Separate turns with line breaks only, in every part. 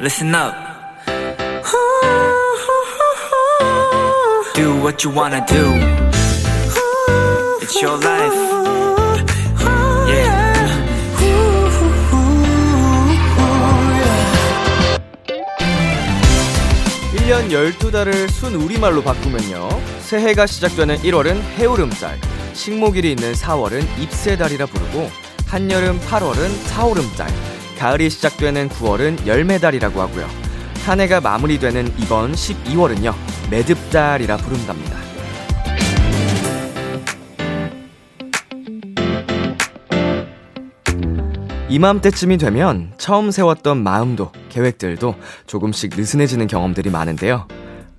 Listen up. Do what you wanna do. It's your life. Yeah.
일년 12달을 순 우리말로 바꾸면요. 새해가 시작되는 1월은 해오름달, 식목일이 있는 4월은 입새달이라 부르고, 한여름 8월은 사오름달, 가을이 시작되는 9월은 열매달이라고 하고요. 한 해가 마무리되는 이번 12월은요. 매듭달이라 부른답니다. 이맘때쯤이 되면 처음 세웠던 마음도 계획들도 조금씩 느슨해지는 경험들이 많은데요.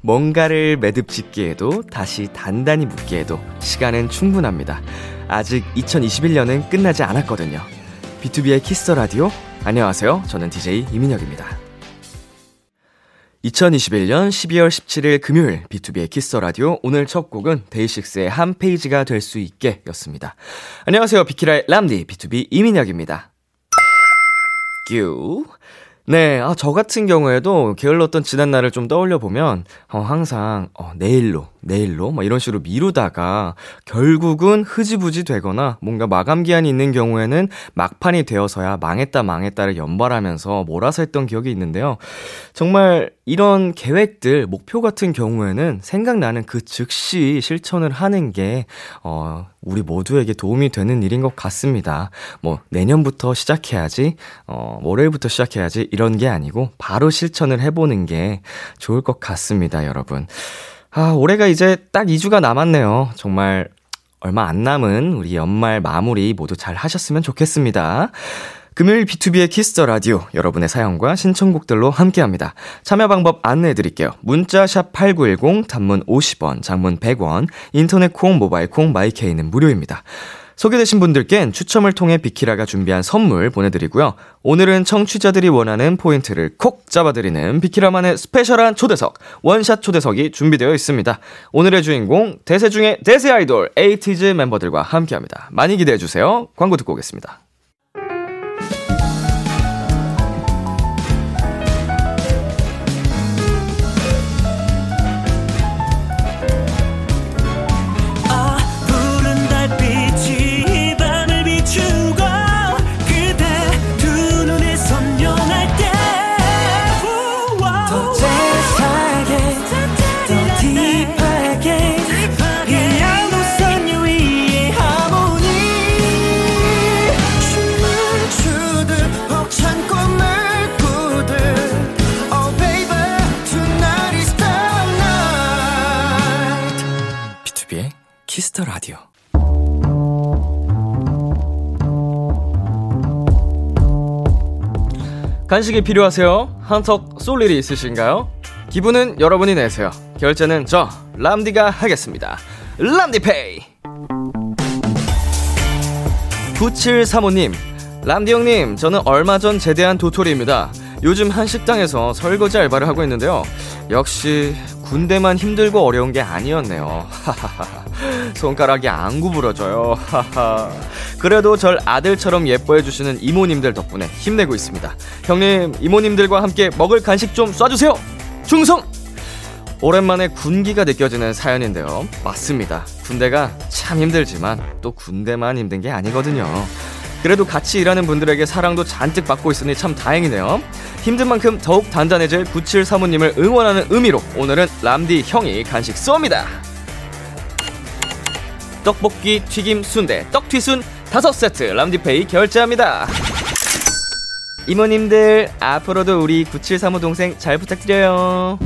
뭔가를 매듭 짓기에도 다시 단단히 묶기에도 시간은 충분합니다. 아직 2021년은 끝나지 않았거든요. B2B의 키스 터 라디오. 안녕하세요. 저는 DJ 이민혁입니다. 2021년 12월 17일 금요일 B2B의 키스 라디오 오늘 첫 곡은 데이식스의 한 페이지가 될 수 있게 였습니다. 안녕하세요. 비키라의 람디 B2B 이민혁입니다. 뀨. 네, 아, 저 같은 경우에도 게을렀던 지난 날을 좀 떠올려 보면, 어, 항상, 어, 내일로, 내일로, 막 이런 식으로 미루다가 결국은 흐지부지 되거나 뭔가 마감 기한이 있는 경우에는 막판이 되어서야 망했다 망했다를 연발하면서 몰아서 했던 기억이 있는데요. 정말 이런 계획들, 목표 같은 경우에는 생각나는 그 즉시 실천을 하는 게, 어, 우리 모두에게 도움이 되는 일인 것 같습니다. 뭐, 내년부터 시작해야지, 어, 월요일부터 시작해야지, 이런 게 아니고, 바로 실천을 해보는 게 좋을 것 같습니다, 여러분. 아, 올해가 이제 딱 2주가 남았네요. 정말 얼마 안 남은 우리 연말 마무리 모두 잘 하셨으면 좋겠습니다. 금요일 B2B의 키스터 라디오 여러분의 사연과 신청곡들로 함께합니다. 참여 방법 안내해 드릴게요. 문자 샵 #8910 단문 50원, 장문 100원, 인터넷 콩, 모바일 콩, 마이케이는 무료입니다. 소개되신 분들께는 추첨을 통해 비키라가 준비한 선물 보내드리고요. 오늘은 청취자들이 원하는 포인트를 콕 잡아드리는 비키라만의 스페셜한 초대석, 원샷 초대석이 준비되어 있습니다. 오늘의 주인공, 대세 중에 대세 아이돌, 에이티즈 멤버들과 함께합니다. 많이 기대해주세요. 광고 듣고 오겠습니다.
아, 푸른 달빛이 이 밤을 비추고 그대 두 눈에 선명할 때더 재사하게 더 딥하게 이 양도선 유위의 하모니 춤을 추듯 벅찬 꿈을 꾸듯 Oh baby tonight is the night
B2B의 키스터 라디오. 간식이 필요하세요? 한턱 쏠 일이 있으신가요? 기분은 여러분이 내세요. 결제는 저 람디가 하겠습니다. 람디페이. 9735님, 람디 형님, 저는 얼마 전 제대한 도토리입니다. 요즘 한 식당에서 설거지 알바를 하고 있는데요. 역시 군대만 힘들고 어려운 게 아니었네요. 손가락이 안 구부러져요. 그래도 절 아들처럼 예뻐해 주시는 이모님들 덕분에 힘내고 있습니다. 형님, 이모님들과 함께 먹을 간식 좀 쏴주세요. 충성! 오랜만에 군기가 느껴지는 사연인데요. 맞습니다. 군대가 참 힘들지만 또 군대만 힘든 게 아니거든요. 그래도 같이 일하는 분들에게 사랑도 잔뜩 받고 있으니 참 다행이네요. 힘든 만큼 더욱 단단해질 97 사모님을 응원하는 의미로 오늘은 람디 형이 간식 쏩니다. 떡볶이, 튀김, 순대, 떡튀순 다섯 세트 람디페이 결제합니다. 이모님들 앞으로도 우리 9735 동생 잘 부탁드려요.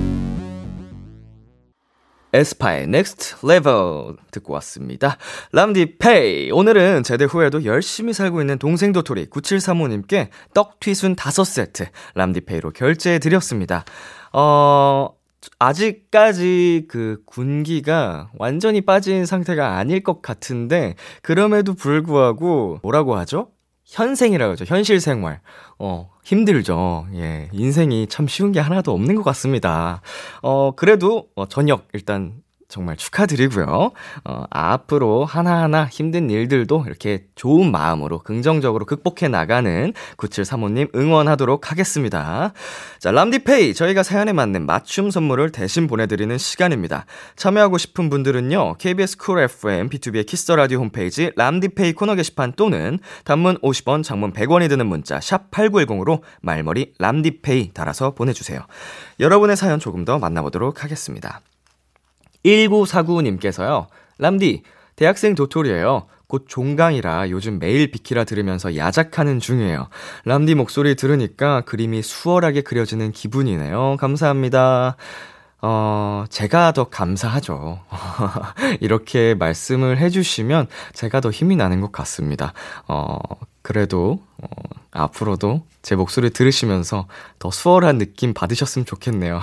에스파의 넥스트 레벨 듣고 왔습니다. 람디페이 오늘은 제대 후에도 열심히 살고 있는 동생 도토리 9735님께 떡튀순 5세트 람디페이로 결제해 드렸습니다. 어 아직까지 그 군기가 완전히 빠진 상태가 아닐 것 같은데 그럼에도 불구하고 뭐라고 하죠? 현생이라고 하죠. 현실 생활. 어, 힘들죠. 예. 인생이 참 쉬운 게 하나도 없는 것 같습니다. 어, 그래도 어, 저녁 일단 정말 축하드리고요. 어, 앞으로 하나하나 힘든 일들도 이렇게 좋은 마음으로 긍정적으로 극복해 나가는 9735님 응원하도록 하겠습니다. 자, 람디페이 저희가 사연에 맞는 맞춤 선물을 대신 보내드리는 시간입니다. 참여하고 싶은 분들은요. KBS 쿨 FM, B2B의 키스터라디오 홈페이지 람디페이 코너 게시판 또는 단문 50원, 장문 100원이 드는 문자 샵 8910으로 말머리 람디페이 달아서 보내주세요. 여러분의 사연 조금 더 만나보도록 하겠습니다. 1949님께서요. 람디, 대학생 도토리예요. 곧 종강이라 요즘 매일 비키라 들으면서 야작하는 중이에요. 람디 목소리 들으니까 그림이 수월하게 그려지는 기분이네요. 감사합니다. 어, 제가 더 감사하죠. 이렇게 말씀을 해주시면 제가 더 힘이 나는 것 같습니다. 어, 그래도, 어, 앞으로도 제 목소리 들으시면서 더 수월한 느낌 받으셨으면 좋겠네요.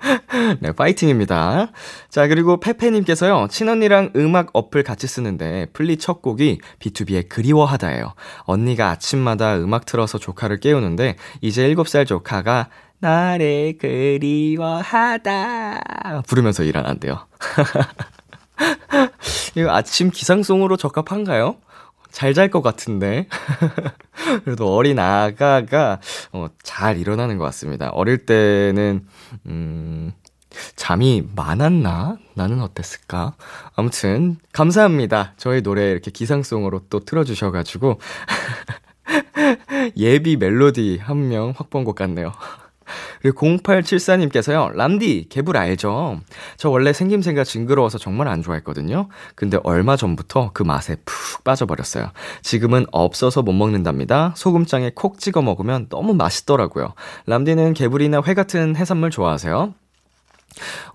네, 파이팅입니다. 자, 그리고 페페님께서요, 친언니랑 음악 어플 같이 쓰는데, 플리 첫 곡이 B2B의 그리워하다예요. 언니가 아침마다 음악 틀어서 조카를 깨우는데, 이제 7살 조카가, 나를 그리워하다. 아, 부르면서 일어난대요. 이거 아침 기상송으로 적합한가요? 잘 잘 것 같은데. 그래도 어린 아가가 어, 잘 일어나는 것 같습니다. 어릴 때는, 음, 잠이 많았나? 나는 어땠을까? 아무튼, 감사합니다. 저희 노래 이렇게 기상송으로 또 틀어주셔가지고. 예비 멜로디 한 명 확 본 것 같네요. 그리고 0874님께서요, 람디, 개불 알죠? 저 원래 생김새가 징그러워서 정말 안 좋아했거든요? 근데 얼마 전부터 그 맛에 푹 빠져버렸어요. 지금은 없어서 못 먹는답니다. 소금장에 콕 찍어 먹으면 너무 맛있더라고요. 람디는 개불이나 회 같은 해산물 좋아하세요?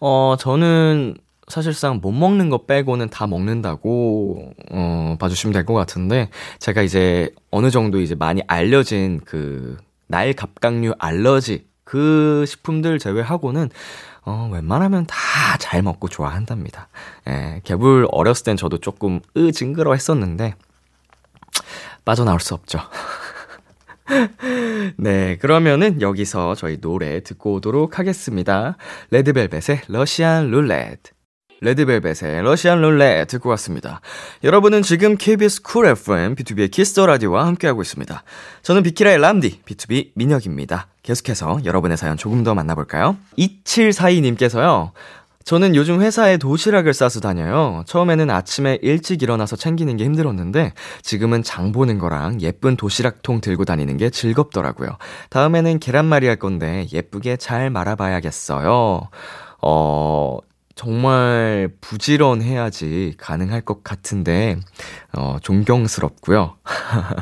어, 저는 사실상 못 먹는 거 빼고는 다 먹는다고, 어, 봐주시면 될 것 같은데, 제가 이제 어느 정도 이제 많이 알려진 그, 날갑각류 알러지, 그 식품들 제외하고는, 어, 웬만하면 다 잘 먹고 좋아한답니다. 예, 개불 어렸을 땐 저도 조금, 으, 징그러 했었는데, 빠져나올 수 없죠. 네, 그러면은 여기서 저희 노래 듣고 오도록 하겠습니다. 레드벨벳의 러시안 룰렛. 레드벨벳의 러시안 룰렛 듣고 왔습니다. 여러분은 지금 KBS 쿨 FM B2B의 키스터 라디오와 함께하고 있습니다. 저는 비키라의 람디 B2B 민혁입니다. 계속해서 여러분의 사연 조금 더 만나볼까요? 2742님께서요. 저는 요즘 회사에 도시락을 싸서 다녀요. 처음에는 아침에 일찍 일어나서 챙기는 게 힘들었는데 지금은 장 보는 거랑 예쁜 도시락통 들고 다니는 게 즐겁더라고요. 다음에는 계란말이 할 건데 예쁘게 잘 말아봐야겠어요. 어, 정말 부지런해야지 가능할 것 같은데 어, 존경스럽고요.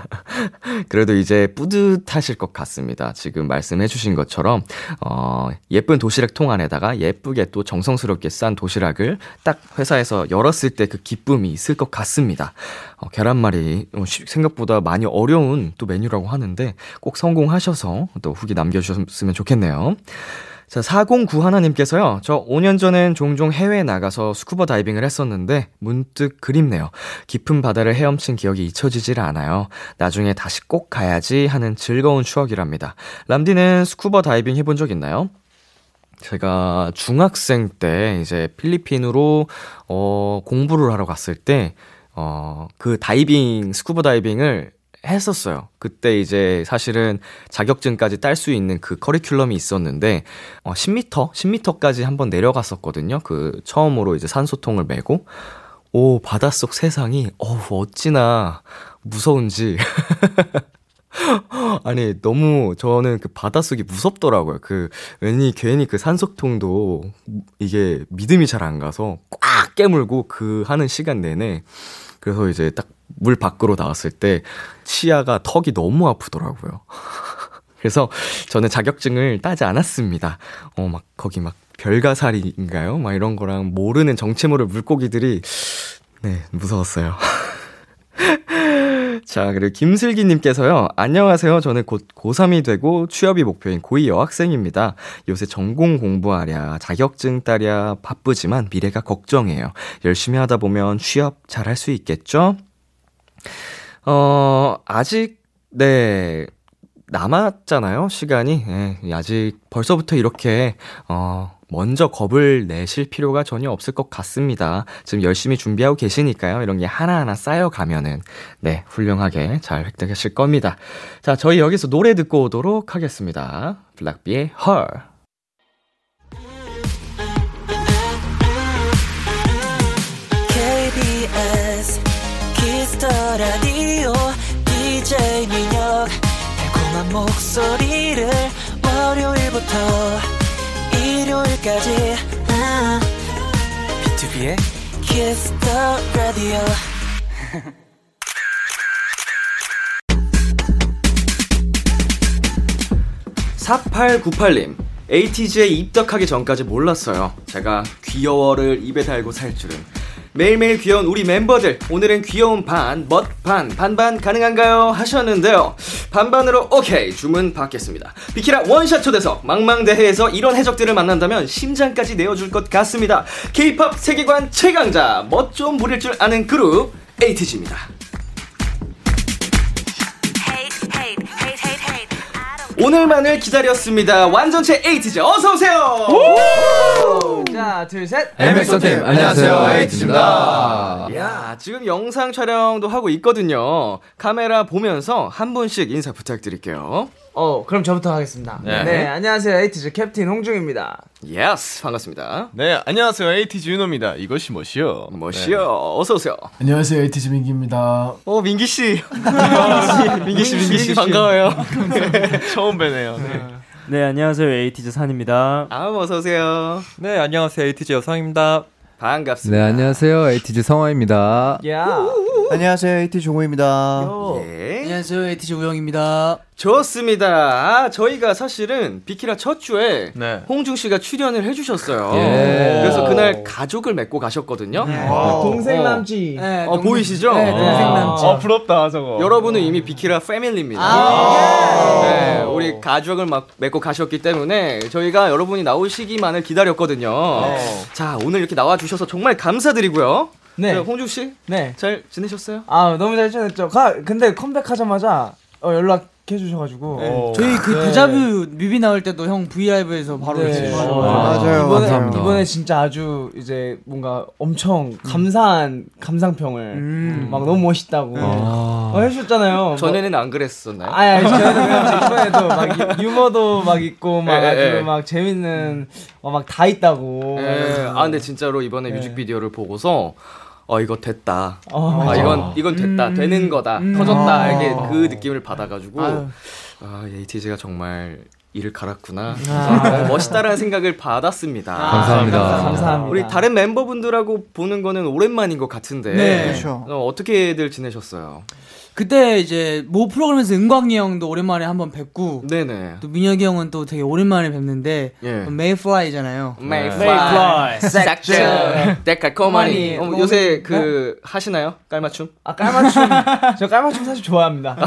그래도 이제 뿌듯하실 것 같습니다. 지금 말씀해주신 것처럼 어, 예쁜 도시락 통 안에다가 예쁘게 또 정성스럽게 싼 도시락을 딱 회사에서 열었을 때 그 기쁨이 있을 것 같습니다. 어, 계란말이 어, 쉽- 생각보다 많이 어려운 또 메뉴라고 하는데 꼭 성공하셔서 또 후기 남겨주셨으면 좋겠네요. 자, 409 하나님께서요. 저 5년 전엔 종종 해외에 나가서 스쿠버 다이빙을 했었는데 문득 그립네요. 깊은 바다를 헤엄친 기억이 잊혀지질 않아요. 나중에 다시 꼭 가야지 하는 즐거운 추억이랍니다. 람디는 스쿠버 다이빙 해본 적 있나요? 제가 중학생 때 이제 필리핀으로 어 공부를 하러 갔을 때어그 다이빙 스쿠버 다이빙을 했었어요. 그때 이제 사실은 자격증까지 딸 수 있는 그 커리큘럼이 있었는데 어 10m, 10m까지 한번 내려갔었거든요. 그 처음으로 이제 산소통을 메고 오 바닷속 세상이 어우 어찌나 무서운지 아니 너무 저는 그 바닷속이 무섭더라고요. 그 왠지 괜히 그 산소통도 이게 믿음이 잘 안 가서 꽉 깨물고 그 하는 시간 내내 그래서 이제 딱 물 밖으로 나왔을 때 치아가 턱이 너무 아프더라고요. 그래서 저는 자격증을 따지 않았습니다. 어, 막, 거기 막, 별가살인가요? 막 이런 거랑 모르는 정체모를 물고기들이, 네, 무서웠어요. 자, 그리고 김슬기님께서요. 안녕하세요. 저는 곧 고3이 되고 취업이 목표인 고2 여학생입니다. 요새 전공 공부하랴, 자격증 따랴, 바쁘지만 미래가 걱정이에요. 열심히 하다 보면 취업 잘 할 수 있겠죠? 어, 아직, 네, 남았잖아요, 시간이. 예, 아직 벌써부터 이렇게, 어, 먼저 겁을 내실 필요가 전혀 없을 것 같습니다. 지금 열심히 준비하고 계시니까요. 이런 게 하나하나 쌓여가면은, 네, 훌륭하게 잘 획득하실 겁니다. 자, 저희 여기서 노래 듣고 오도록 하겠습니다. 블락비의 헐.
KBS 키스터 라디오 DJ 민혁 달콤한 목소리를 월요일부터 일요일까지 B2B의 키스터 라디오
님 ATG에 입덕하기 전까지 몰랐어요. 제가 귀여워를 입에 달고 살 줄은. 매일매일 귀여운 우리 멤버들, 오늘은 귀여운 반, 멋 반, 반반 가능한가요? 하셨는데요. 반반으로 오케이, 주문 받겠습니다. 비키라 원샷 초대석, 망망대해에서 이런 해적들을 만난다면 심장까지 내어줄 것 같습니다. K-POP 세계관 최강자, 멋 좀 부릴 줄 아는 그룹, ATG입니다. 오늘만을 기다렸습니다. 완전체 에이티즈 어서 오세요.
하나 둘셋
엠엑서팀 안녕하세요 에이티즈입니다
야, 지금 영상 촬영도 하고 있거든요. 카메라 보면서 한 분씩 인사 부탁드릴게요.
어 그럼 저부터 하겠습니다 네,
네.
안녕하세요 에이티즈 캡틴 홍중입니다
예스, 반갑습니다.
네 안녕하세요 에이티즈 윤호입니다 이것이 네. 뭐시요
멋이요. 어서 오세요.
안녕하세요 에이티즈 민기입니다.
어, 민기 씨. 민기 씨, 민기 씨 반가워요.
네, 처음 뵈네요 네.
네 안녕하세요 에이티즈 산입니다.
아, 어서 오세요.
네 안녕하세요 에이티즈 여성입니다.
반갑습니다.
네, 안녕하세요. 에이티즈 성화입니다.
야
안녕하세요 에이티 종호입니다.
예.
안녕하세요 에이티즈 우영입니다.
좋습니다. 아, 저희가 사실은 비키라 첫 주에
네.
홍중 씨가 출연을 해주셨어요.
예.
그래서 그날 가족을 맺고 가셨거든요.
네.
동생
어.
남지
네,
어, 보이시죠? 아.
네, 동생 남자.
어 부럽다 저거
여러분은 이미 비키라 패밀리입니다.
아, 예.
네, 우리 가족을 막 맺고 가셨기 때문에 저희가 여러분이 나오시기만을 기다렸거든요. 자, 오늘 이렇게 나와주셔서 정말 감사드리고요.
네.
자, 홍중 씨,
네.
잘 지내셨어요?
아 너무 잘 지냈죠 가 근데 컴백하자마자 어, 연락해 주셔가지고
네.
어.
오.
저희 그
네.
데자뷰 뮤비 나올 때도 형 브이라이브에서 바로
네.
같이
어,
맞아요.
맞아요.
이번에,
감사합니다.
이번에 진짜 아주 이제 뭔가 엄청 감사한 감상평을 막 너무 멋있다고 어, 해주셨잖아요.
전에는 안 그랬었나요?
아, 아니, 저는 이번에도 막 유- 유머도 막 있고 막
예, 예,
아주
예.
막 재밌는 어, 막 다 있다고.
예. 아, 근데 진짜로 이번에 뮤직비디오를 보고서 어 이거 됐다.
어,
아,
맞아.
이건 이건 됐다. 되는 거다. 터졌다. 이게 그 느낌을 받아가지고
아유.
아, 에이티즈가 정말 일을 갈았구나. 어, 멋있다라는 생각을 받았습니다. 아,
감사합니다.
감사합니다.
우리 다른 멤버분들하고 보는 거는 오랜만인 것 같은데
네.
그렇죠.
어, 어떻게들 지내셨어요?
그때 이제 모 프로그램에서 은광이 형도 오랜만에 한번 뵙고
네네.
또 민혁이 형은 또 되게 오랜만에 뵙는데
예.
메이플라이잖아요. 네.
메이플라이, 섹션, 데카코마니.
코마니.
어,
뭐
요새 그 하시나요? 깔맞춤?
아 깔맞춤. 저 깔맞춤 사실 좋아합니다.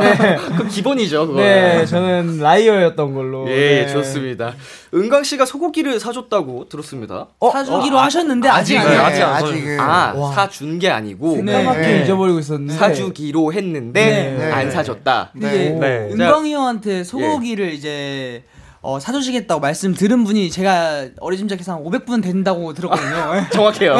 네.
그 기본이죠. 그거.
네, 저는 라이어였던 걸로.
예, 예,
네.
좋습니다. 은광 씨가 소고기를 사줬다고 들었습니다.
사주기로 하셨는데 아직 안
네,
해요.
아직 안
아직은
어, 아, 사준 게 아니고
까맣게
네.
잊어버리고 있었는데.
사주기로 했는데
네.
안 사줬다.
이게
네.
은광이 형한테
예.
소고기를 이제 어, 사주시겠다고 말씀 들은 분이 제가 어리짐작해서 한 500분 된다고 들었거든요. 네.
정확해요.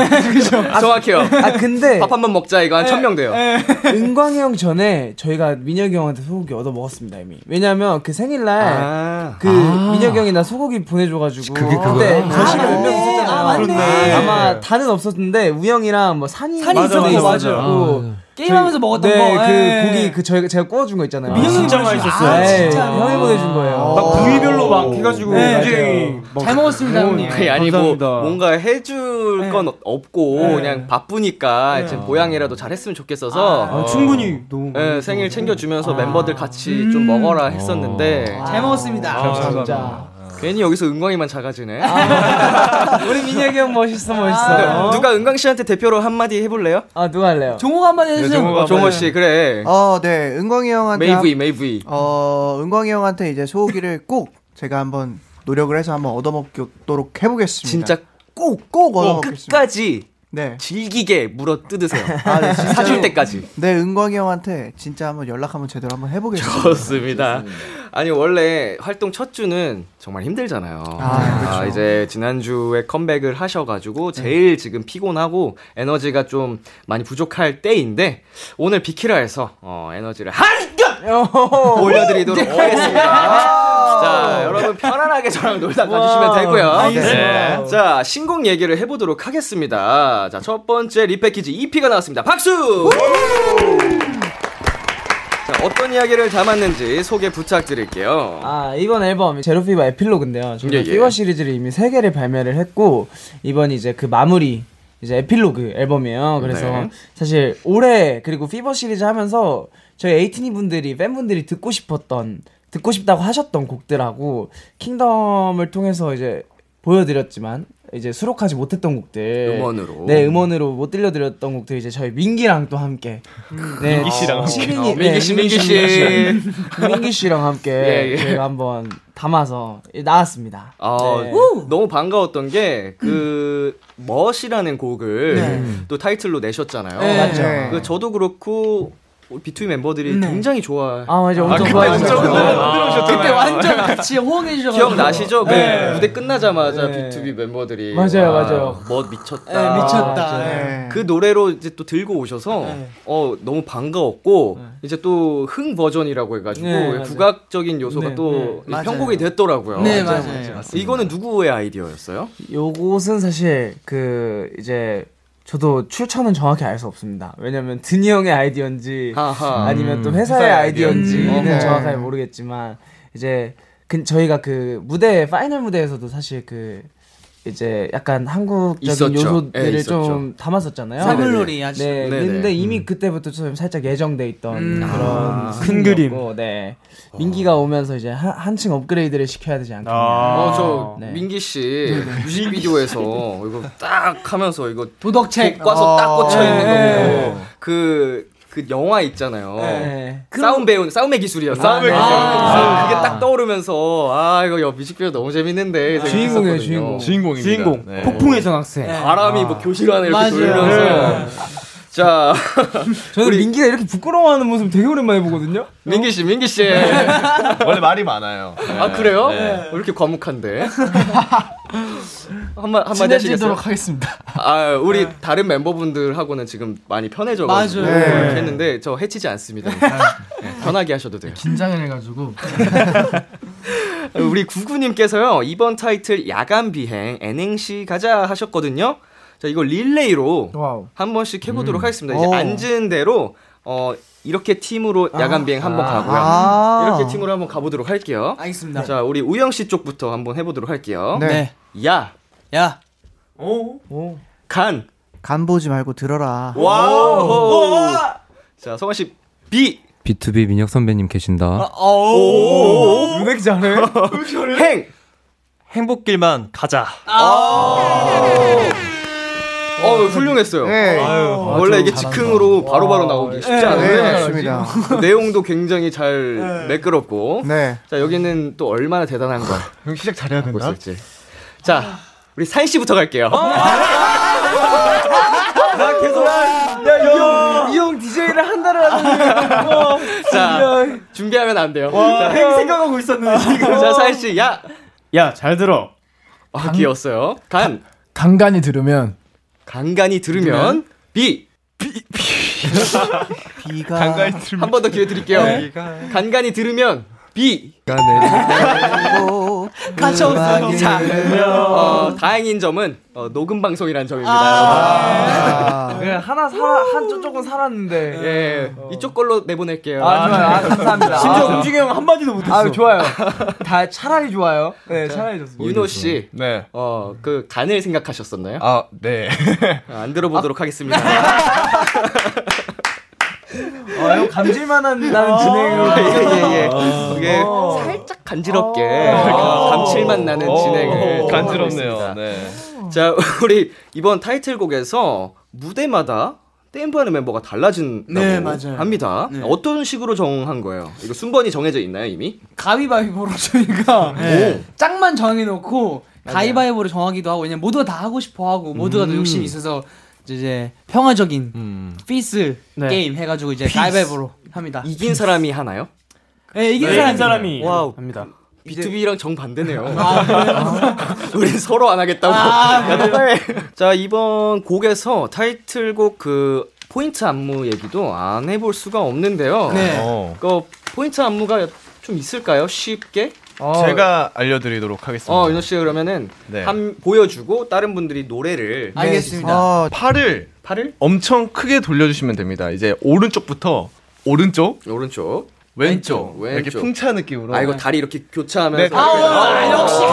정확해요.
아 근데 네.
밥 한 번 먹자 이거 한 천 명
예.
돼요.
네.
예. 은광이 형 전에 저희가 민혁이 형한테 소고기 얻어 먹었습니다 이미. 왜냐면 그 생일날
아.
그 민혁이 형이 나 소고기 보내줘가지고
그게 그거야?
그때
아,
거실에 몇명
맞네.
있었잖아요.
아, 맞네. 그렇네.
마 다는 없었는데 우영이랑 뭐 산이
산이
맞아,
있었고,
맞아.
맞아. 네.
있었고
게임하면서 먹었던
네,
거.
그
예.
고기 그 저희 제가 구워준 거 있잖아요.
민혁이
진짜
보내준-
맛있었어요.
아,
네,
진짜.
형이 보내준 거예요.
막 부위별로 막 해가지고
네.
굉장히
잘 먹었습니다,
음,
형님.
네,
아니, 아니 뭐
감사합니다. 네.
뭔가 해줄 건 없- 없고 그냥 바쁘니까 지금 보양이라도 잘 했으면 좋겠어서
아, 충분히 너무 아. 음.
예,
많이
생일 챙겨주면서 멤버들 같이 좀 먹어라 했었는데
아,
아,
잘 먹었습니다.
아, 진짜.
괜히 여기서 은광이만 작아지네
아,
우리 민혁이 형 멋있어 멋있어.
아, 누가 은광 씨한테 대표로 한마디 해볼래요?
아 누가 할래요?
종호가 한번 해주세요.
뭐
어, 종호 씨 그래
어, 네. 은광이 형한테
메이브이 메이브이
한- 어, 은광이 형한테 이제 소고기를 꼭 제가 한번 노력을 해서 한번 얻어먹도록 해보겠습니다.
진짜
꼭꼭
꼭
얻어먹겠습니다.
끝까지
네.
질기게 물어 뜯으세요.
아, 네, 진짜로.
사줄 때까지.
네, 은광이 형한테 진짜 한번 연락 한번 제대로 한번 해보겠습니다.
좋습니다. 아니 원래 활동 첫 주는 정말 힘들잖아요. 아,
그렇죠.
이제 지난주에 컴백을 하셔가지고 제일
네.
지금 피곤하고 에너지가 좀 많이 부족할 때인데 오늘 비키라에서 어, 에너지를 한껏 올려드리도록
네. 아.
하겠습니다. 자 여러분 편안하게 저랑 놀다 가주시면 되고요.
아, 알겠습니다.
네. 자 신곡 얘기를 해보도록 하겠습니다. 자첫 번째 리패키지 EP가 나왔습니다. 박수. 자, 어떤 이야기를 담았는지 소개 부탁드릴게요.
아 이번 앨범 제로피버 에필로그인데요. 저희가
예, 예.
피버 시리즈를 이미 세 개를 발매를 했고 이번 이제 그 마무리 이제 에필로그 앨범이에요. 그래서
네.
사실 올해 그리고 피버 시리즈 하면서 저희 에이티니 분들이 팬분들이 듣고 싶었던 듣고 싶다고 하셨던 곡들하고 킹덤을 통해서 이제 보여드렸지만 이제 수록하지 못했던 곡들
음원으로.
네 음원으로 못 들려드렸던 곡들 이제 저희 민기랑 또 함께
음.
네
민기 씨랑 함께.
시민이
어, 민기 씨, 민기 씨.
민기 씨랑 함께
예, 예.
저희가 한번 담아서 나왔습니다.
아,
네.
너무 반가웠던 게 그 멋이라는 곡을
네.
또 타이틀로 내셨잖아요.
네, 맞죠.
네.
그 저도 그렇고 B2 members
네.
굉장히 좋아.
아 맞아
아,
엄청
그때
좋아했어요.
엄청 흔들어오셨잖아요.
그때 완전 같이 호응해 주셔서
기억 나시죠?
네.
그 무대 끝나자마자
네.
B2B 멤버들이
맞아요,
와,
맞아요.
멋 미쳤다.
네,
아,
미쳤다.
네.
그 노래로 이제 또 들고 오셔서
네.
어 너무 반가웠고 이제 또 흥 버전이라고 해가지고
네, 맞아요.
국악적인 요소가
네,
또
네.
편곡이 됐더라고요.
네, 맞아요.
이거는 누구의 아이디어였어요?
요곳은 사실 그 이제 저도 출처는 정확히 알 수 없습니다. 왜냐면 드니 형의 아이디어인지
하하.
아니면 또
회사의
회사의 아이디어인지는
아이디어인지. 음.
정확하게 모르겠지만 이제 그 저희가 그 무대 파이널 무대에서도 사실 그 이제 약간 한국적인
있었죠. 예,
요소들을
있었죠.
좀 담았었잖아요.
사물놀이 아시죠?
네,
네네. 음.
근데 이미 그때부터 좀 살짝 예정돼 있던
음.
그런
아.
수준이었고,
큰 그림.
네, 민기가 오면서 이제 한, 한층 업그레이드를 시켜야 되지 않겠냐.
어, 저
네.
민기 씨 뮤직비디오에서 이거 딱 하면서 이거
도덕책
꽈서 딱 꽂혀 있는
어. 네.
거고 그그 영화 있잖아요.
네.
싸움 배운 싸움의 기술이요. 싸움의
네.
기술.
아.
그게 딱 떠오르면서 아 이거 야, 뮤직비디오 너무 재밌는데 그래서
주인공이에요,
있었거든요.
주인공.
주인공입니다.
주인공
네.
폭풍의 전학생.
바람이 뭐 교실 안에 이렇게
맞아요.
돌면서 자
네. 저는
우리-
민기가 이렇게 부끄러워하는 모습 되게 오랜만에 보거든요.
민기 씨 민기 씨.
원래 말이 많아요. 네.
아 그래요?
네.
왜 이렇게 과묵한데? 한마 한마디 하시겠어요?
하겠습니다.
아 우리 다른 멤버분들하고는 지금 많이 편해져가지고
맞아요.
이렇게 했는데 저 해치지 않습니다. 네, 편하게 하셔도 돼요.
긴장을 해가지고
우리 구구님께서요 이번 타이틀 야간 비행 NNC 가자 하셨거든요. 자 이거 릴레이로
와우.
한 번씩
음.
해보도록 하겠습니다. 이제 앉은 대로 어 이렇게 팀으로 야간 비행 한번 가고요.
아.
이렇게 팀으로 한번 가보도록 할게요.
알겠습니다.
자 우리 우영 씨 쪽부터 한번 해보도록 할게요.
네.
네.
야,
야.
간.
간 보지 말고 들어라.
와우. 자 성환 씨 비.
B2B 민혁 선배님
아. 네.
계신다.
어,
오, 왜 이렇게 잘해?
행.
행복길만 가자.
어 훌륭했어요. 아,
네.
원래 이게 즉흥으로 바로바로 나오기 쉽지
네,
않은데
맞습니다.
그 내용도 굉장히 잘 매끄럽고
네.
자 여기는 또 얼마나 대단한 걸
그럼 시작 잘해야
보고 있을지 자 우리 산 씨부터 갈게요
아,
이형 DJ를 한 달을 하더니
그
자 준비하면 안 돼요 자행 생각하고 있었는데 자산 씨야
야 잘 들어.
아, 귀여웠어요 간
간간히 들으면
간간히
네.
들으면 비
비가
한 번 더 기회 드릴게요
네.
간간히 들으면 비
까네.
오고 음악이
자,
흐르면
어, 다행인 점은 어, 녹음 방송이라는 점입니다.
그냥 하나 살아 한 쪽은 살았는데.
예, 이쪽 걸로 내보낼게요.
어. 아, 좋아요. 아, 감사합니다.
심지어
아,
움직이 형 한마디도 못했어.
아, 좋아요. 다 차라리 좋아요. 네, 차라리 좋습니다.
윤호 씨,
네.
어, 그 간을 생각하셨었나요?
아, 네.
아, 안 들어보도록 하겠습니다.
아, 형 감질만한 나는 진행으로.
아.
아.
예예예. 이게 살짝 간지럽게 어, 감칠맛 나는 진행을
어.
오,
하고
간지럽네요.
있습니다.
네.
자, 우리 이번 타이틀곡에서 무대마다 댄브하는 멤버가 달라진다고
네, 맞아요.
합니다.
네.
어떤 식으로 정한 거예요? 이거 순번이 정해져 있나요 이미? 네.
가위바위보로 저희가
네.
짝만 정해놓고 가위바위보로 정하기도 하고 그냥 모두가 다 하고 싶어 하고 모두가 또 욕심이 있어서
이제 평화적인
음.
피스
네.
게임 해가지고 이제
피스.
가위바위보로 합니다.
이긴 사람이 하나요?
예, 이긴
네,
사람이. 아,
사람이
와우.
합니다.
B2B랑 정반대네요. 우리 서로 안 하겠다고. 자, 이번 곡에서 타이틀곡 그 포인트 안무 얘기도 안 해볼 수가 없는데요.
네.
어.
그 포인트 안무가 좀 있을까요? 쉽게? 어,
제가 알려드리도록 하겠습니다.
어, 윤호 씨 그러면은
네.
한 보여주고 다른 분들이 노래를 네.
알겠습니다.
아,
팔을
팔을
엄청 크게 돌려주시면 됩니다. 이제 오른쪽부터 오른쪽,
오른쪽.
왼쪽,
왼쪽.
이렇게 풍차 느낌으로.
아 이거 다리 이렇게
네.
교차하면서.
아,
이렇게.
아, 역시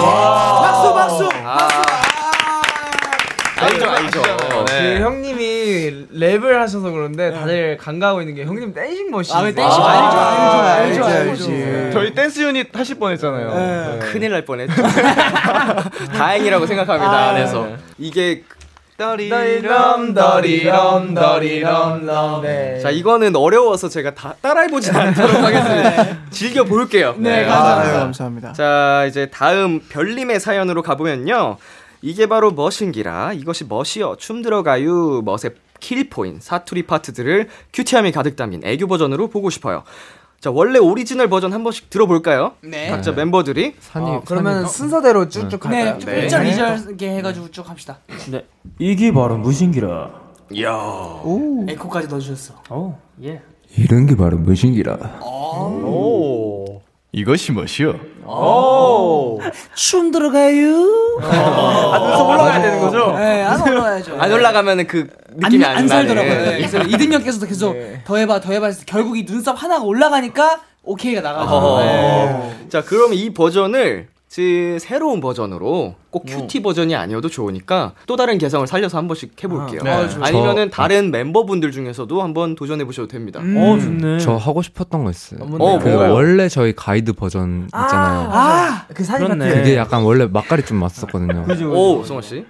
박수 박수.
아, 알죠, 알죠.
아,
아,
네.
그 형님이 랩을 하셔서 그런데 다들 간과하고 있는 게 형님 댄싱 머신.
아, 왜 댄싱 알죠,
네,
네, 알죠, 알죠, 알죠. 네.
저희 댄스 유닛 하실 뻔했잖아요. 네.
큰일 날 뻔했죠. 다행이라고 생각합니다.
아.
안에서 이게
더리럼 더리럼 더리럼 럼.
자 이거는 어려워서 제가 다 네. 따라해보지 않도록 하겠습니다. 즐겨 볼게요.
네,
아,
감사합니다.
감사합니다.
자 이제 다음 별님의 사연으로 가보면요. 이게 바로 멋인기라 이것이 멋이여 춤 들어가유 멋의 킬포인 사투리 파트들을 큐티함이 가득 담긴 애교 버전으로 보고 싶어요. 자 원래 오리지널 버전 한 번씩 들어볼까요?
네. 아,
각자 멤버들이
산이
아, 그러면 순서대로 쭉쭉
네,
할까요?
좀
네.
1절 2절 이렇게 해가지고 쭉 합시다.
이게 바로 무신기라.
에코까지 넣어주셨어.
오, 예.
이런 게 바로 무신기라.
이것이 뭐시여?
춤 들어가요.
눈썹 올라가야 되는 거죠?
네, 안 올라가야죠.
안 올라가면은 그
안,
느낌이 안,
안
나네.
살더라고요. 네. 그래서 이든혁께서도 계속
네.
더 해봐, 더 해봐 해서 결국 이 눈썹 하나가 올라가니까 오케이가 나가죠.
어허.
아, 네.
아, 자, 그럼 이 버전을 즉 새로운 버전으로
음.
꼭 큐티 버전이 아니어도 좋으니까 또 다른 개성을 살려서 한 번씩 해볼게요.
네.
아니면은 다른 멤버분들 중에서도 한번 도전해 보셔도 됩니다.
음.
오, 좋네.
저 하고 싶었던 거 있어요.
어,
그
뭐요?
원래 저희 가이드 버전 있잖아요.
아, 그 사진
그렇네.
같은.
그게 약간 원래 막걸리 좀 맞았었거든요.
오, 성원 씨.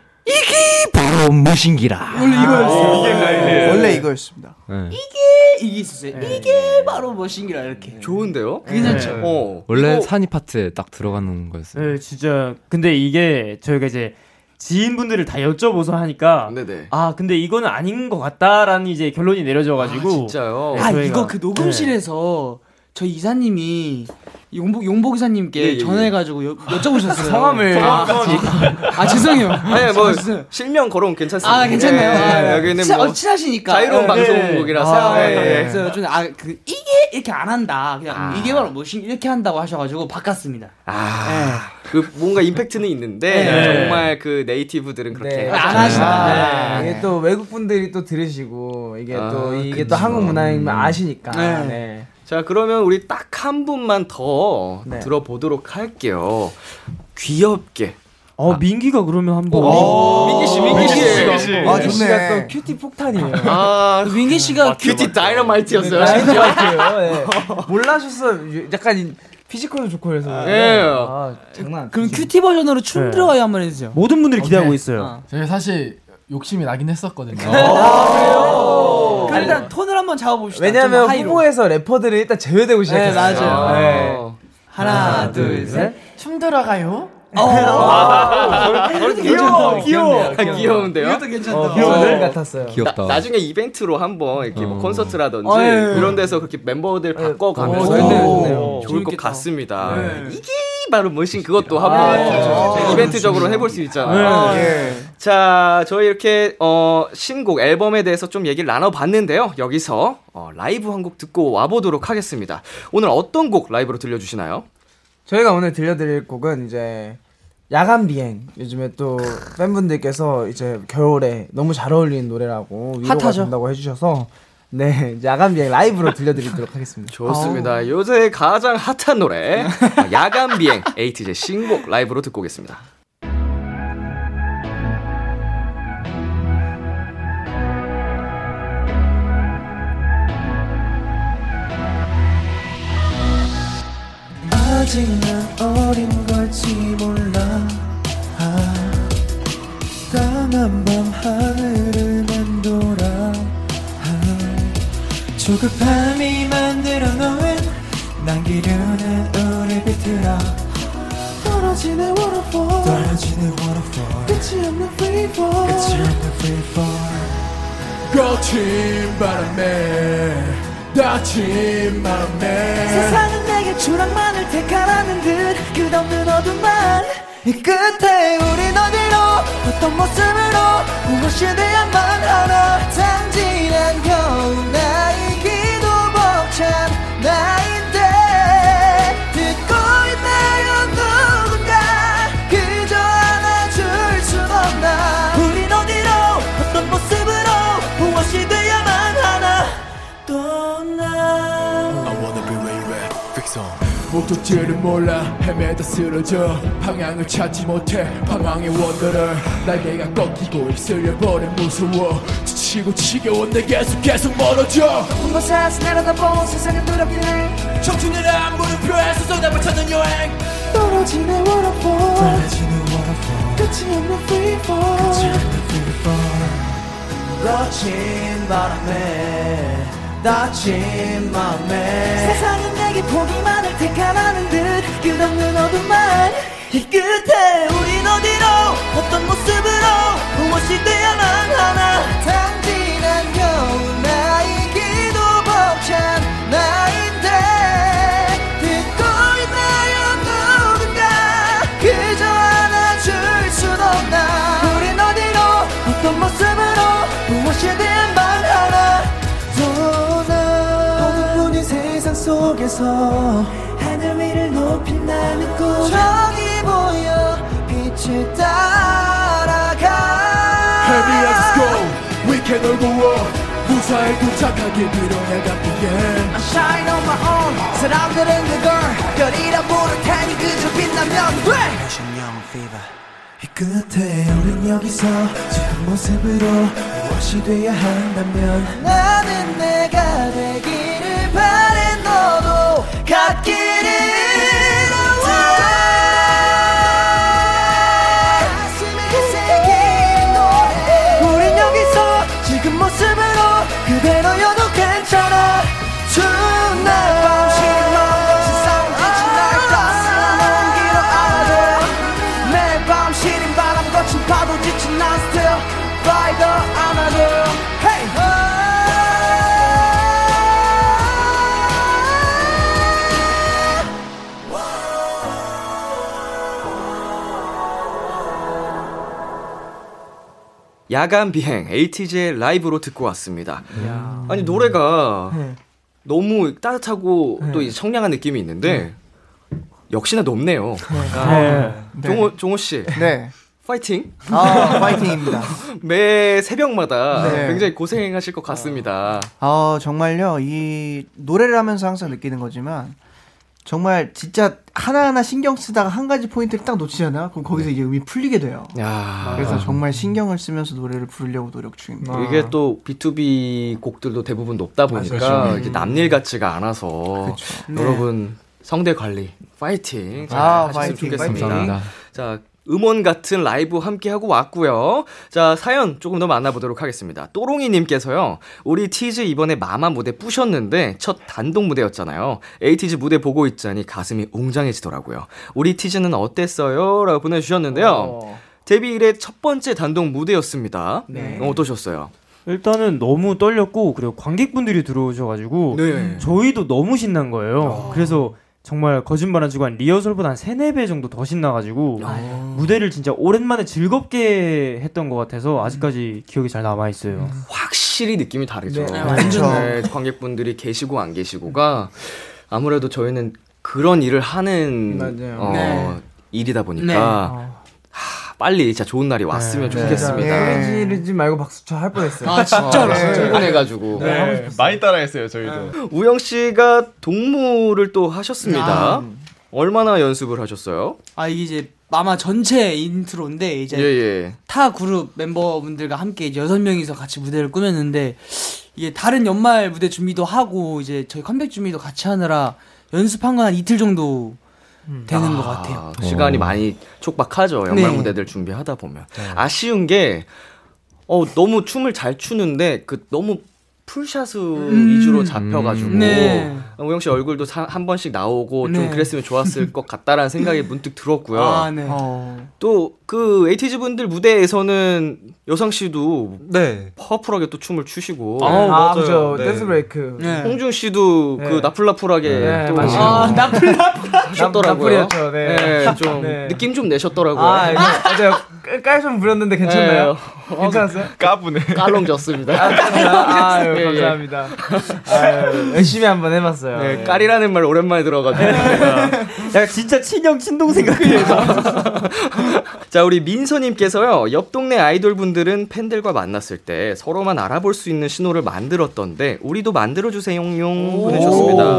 바로 무신기라.
원래 이거였어. 이게
원래 이거였습니다.
네.
이게 있었어요. 이게 바로 뭐 머신기라 이렇게. 네.
좋은데요?
네.
괜찮죠.
어.
원래
이거-
산이 파트에 딱 들어가는 거였어요.
네, 진짜. 근데 이게 저희가 이제 지인분들을 다 여쭤보서 하니까
네네.
아, 근데 이거는 아닌 것 같다라는 이제 결론이 내려져가지고 네,
진짜요.
아
저희가-
이거 그 녹음실에서 저희 이사님이 용복 용복 이사님께
예, 예, 예.
전화해가지고 여, 여쭤보셨어요.
성함을.
아, 아 죄송해요.
네, 뭐
죄송해요.
실명 걸어온 괜찮습니다.
아 괜찮나요?
예,
아,
여기는
친-
뭐
어, 친하시니까
자유로운
네.
방송국이라서.
아,
예, 예.
그래서 좀아그 이게 이렇게 안 한다. 그냥 이게 바로 무신 이렇게 한다고 하셔가지고 바꿨습니다.
아,
네.
그 뭔가 임팩트는 있는데
네.
정말 그 네이티브들은 그렇게
네.
안
아,
하신다. 네.
이게 또 외국 분들이 또 들으시고 이게
아,
또 이게
그치.
또 한국 문화이면 아시니까.
네.
음. 네.
자, 그러면 우리 딱 한 분만 더
네.
들어보도록 할게요. 귀엽게.
어, 민기가 그러면 한번
민기 씨, 민기 씨.
민기 씨.
아,
네. 씨가 어, 또
좋네.
큐티 폭탄이에요.
아,
민기 씨가
큐티 다이너마이트였어요.
나이스
진짜.
같아요. 예. 몰라셨어. 약간 이- 피지컬도 좋고 그래서.
예.
아, 장난.
그럼 큐티 버전으로 춤
네.
들어가요 한 번 해주세요.
모든 분들이 기대하고
아.
있어요.
어.
제가 사실 욕심이 나긴 했었거든요.
네.
아,
그럼 일단 톤을 한번 잡아봅시다.
왜냐면
좀 하이로.
후보에서 래퍼들은 일단 제외되고 시작했어요.
맞아요.
네.
아,
하나 둘 셋.
네.
네.
춤 들어가요?
아,
아,
귀여워,
귀여워.
아, 귀여운데요? 어.
이것도 괜찮다.
어,
귀여운 같았어요.
귀엽다.
나, 중에 이벤트로 한번 이렇게 뭐
어.
콘서트라든지
아, 예, 예.
이런 데서 그렇게 멤버들 바꿔가면서
어, 좋네요, 좋네요.
좋을 것
재밌겠다.
같습니다.
네.
이게 바로 머신 그것도 한번
아,
이벤트적으로 해볼 수 있잖아요. 자, 저희 이렇게 어, 신곡 앨범에 대해서 좀 얘기를 나눠봤는데요. 여기서 어, 라이브 한 곡 듣고 와보도록 하겠습니다. 오늘 어떤 곡 라이브로 들려주시나요?
저희가 오늘 들려드릴 곡은 이제 야간 비행. 요즘에 또 팬분들께서 이제 겨울에 너무 잘 어울리는 노래라고 위로가
핫하죠?
된다고 해주셔서 네 이제 야간 비행 라이브로 들려드리도록 하겠습니다.
좋습니다. 요새 가장 핫한 노래 야간 비행 에이티즈의 신곡 라이브로 듣고 오겠습니다.
아직 난 어린 걸지 몰라 아, 까만 밤 하늘을 맴돌아 아, 조급함이 만들어 놓은 난 기르는 우리 비틀어 떨어지는 waterfall 떨어지는 waterfall 끝이 없는 freefall 끝이 없는 freefall
거친 바람에 다친 마음에
세상은 내게 추락만을 택하라는 듯 끝없는 어둠만 이 끝에 우린 어디로 어떤 모습으로 무엇에 대한 만 하나 당진한 겨우 나의 기도 벅찬 나인데 듣고 있나요 누군가 그저 안아줄 순 없나 우린 어디로 어떤 모습으로 무엇이 되야만 하나 떠나
I wanna be way back, fix on. 목적지를 몰라 헤매다 쓰러져 방향을 찾지 못해 방황의 원더를 날개가 꺾이고 입술을 버려 무서워 지치고 지겨운데 계속 계속 멀어져
곳에서 내려다본 세상의 누락기를
청춘의 한 물음표에서 정답을 찾는 여행
떨어지네 워터폴
떨어지는 워터폴
끝이 없는 freefall
거친 바람에 다친 마음에
세상은 내게 포기만을 택하라는 듯 끝없는 어둠만 이 끝에 우린 어디로 어떤 모습으로 무엇이 되야만 하나 당진한 겨우 나의 기도 벅찬 나인데 듣고 있나요 누군가 그저 안아줄 순 없나 우린 어디로 어떤 모습으로 무엇이 대한 말 하나 떠나 어둠뿐인 세상 속에서 하늘 위를 높인 나는 꿈 저기 보여 빛을 따라가
Heavy as go We can all go on 무사히 도착하길 빌어야 가쁘게
I shine on my own 사람들은 그걸 별이라 부를 테니 그저 빛나면 돼
이 끝에 우린 여기서 지금 모습으로 무엇이 돼야 한다면
나는 내가 되기를 바래 너도 갖기를 우린 여기서 지금 모습으로 그대로여도 괜찮아 Tonight 밤 시린 세상 빛이 날 따스한 길로 안아줘 매일 밤 시린 바람 거친 파도 지친 난 still By the 안아줘 Hey!
야간 비행 ATG의 라이브로 듣고 왔습니다.
음.
아니 노래가
네.
너무 따뜻하고 또 이제 청량한 느낌이 있는데
네.
역시나 높네요. 종호 종호 씨
네.
파이팅!
아, 파이팅입니다.
매 새벽마다
네.
굉장히 고생하실 것 같습니다.
아, 정말요. 이 노래를 하면서 항상 느끼는 거지만 정말 진짜 하나하나 신경 쓰다가 한 가지 포인트를 딱 놓치잖아. 그럼 거기서
네.
이제 음이 풀리게 돼요.
아.
야
그래서 정말 신경을 쓰면서 노래를 부르려고 노력 중입니다.
이게 또 B2B 곡들도 대부분
아,
높다 보니까
그렇죠. 음.
이게 남일 같지가 않아서
네.
여러분 성대 관리 파이팅 잘
네. 아,
하셨으면
파이팅,
좋겠습니다.
파이팅.
자 음원 같은 라이브 함께 하고 왔고요. 자 사연 조금 더 만나보도록 하겠습니다. 또롱이님께서요, 우리 티즈 이번에 마마 무대 뿌셨는데 첫 단독 무대였잖아요. 에이티즈 무대 보고 있자니 가슴이 웅장해지더라고요. 우리 티즈는 어땠어요?라고 보내주셨는데요. 데뷔 이래 첫 번째 단독 무대였습니다.
네.
어, 어떠셨어요?
네. 일단은 너무 떨렸고 그리고 관객분들이 들어오셔가지고
네.
저희도 너무 신난 거예요. 그래서 정말 거짓말 안 치고 한 리허설보다 한 세네 배 정도 더 신나가지고
음.
무대를 진짜 오랜만에 즐겁게 했던 것 같아서 아직까지 기억이 잘 남아 있어요.
음. 확실히 느낌이 다르죠.
아,
네, 완전.
네, 관객분들이 계시고 안 계시고가 아무래도 저희는 그런 일을 하는
맞아요.
어,
네.
일이다 보니까 하, 빨리 진짜 좋은 날이 왔으면 좋겠습니다.
네.
소리지르지 말고 박수쳐 할 뻔했어요.
진짜로 출근해가지고
아, 네, 많이 따라했어요
네.
저희도.
우영 씨가 동무를 또 하셨습니다. 얼마나 연습을 하셨어요?
아 이게 이제 마마 전체 인트로인데 이제
예예.
타 그룹 멤버분들과 함께 이제 여섯 명이서 같이 무대를 꾸몄는데 이게 다른 연말 무대 준비도 하고 이제 저희 컴백 준비도 같이 하느라 연습한 건 한 이틀 정도 되는 것 같아요.
음. 아, 시간이
어.
많이 촉박하죠. 연말
네.
무대들 준비하다 보면 아쉬운 게 어, 너무 춤을 잘 추는데 그 너무 풀샷으로
음.
위주로 잡혀가지고
네.
우영 씨 얼굴도 사- 한 번씩 나오고
네.
좀 그랬으면 좋았을 것 같다라는 생각이 문득 들었고요.
아, 네.
어. 또 그 에이티즈 분들 무대에서는 여상 씨도
네.
퍼플하게 또 춤을 추시고
아, 아, 그죠. 댄스 브레이크. 네.
홍준 씨도 그 나풀나풀하게
네,
또
맞아요. 아, 나풀나풀.
하셨더라고요.
나풀이었죠, 네.
좀
네.
느낌 좀 내셨더라고요.
아, 이거 맞아요. 깔- 깔좀 부렸는데 괜찮나요?
네.
괜찮았어요?
까부네. 깔롱졌습니다.
아, 아유,
예, 예.
감사합니다. 아유, 열심히 한번 해봤어요.
네, 깔이라는 말 오랜만에 들어가지고. 야, 진짜 친형 친동생 같아요. 자, 우리 민서님께서요, 옆 동네 아이돌 분들은 팬들과 만났을 때 서로만 알아볼 수 있는 신호를 만들었던데, 우리도 만들어주세요용 보내주셨습니다.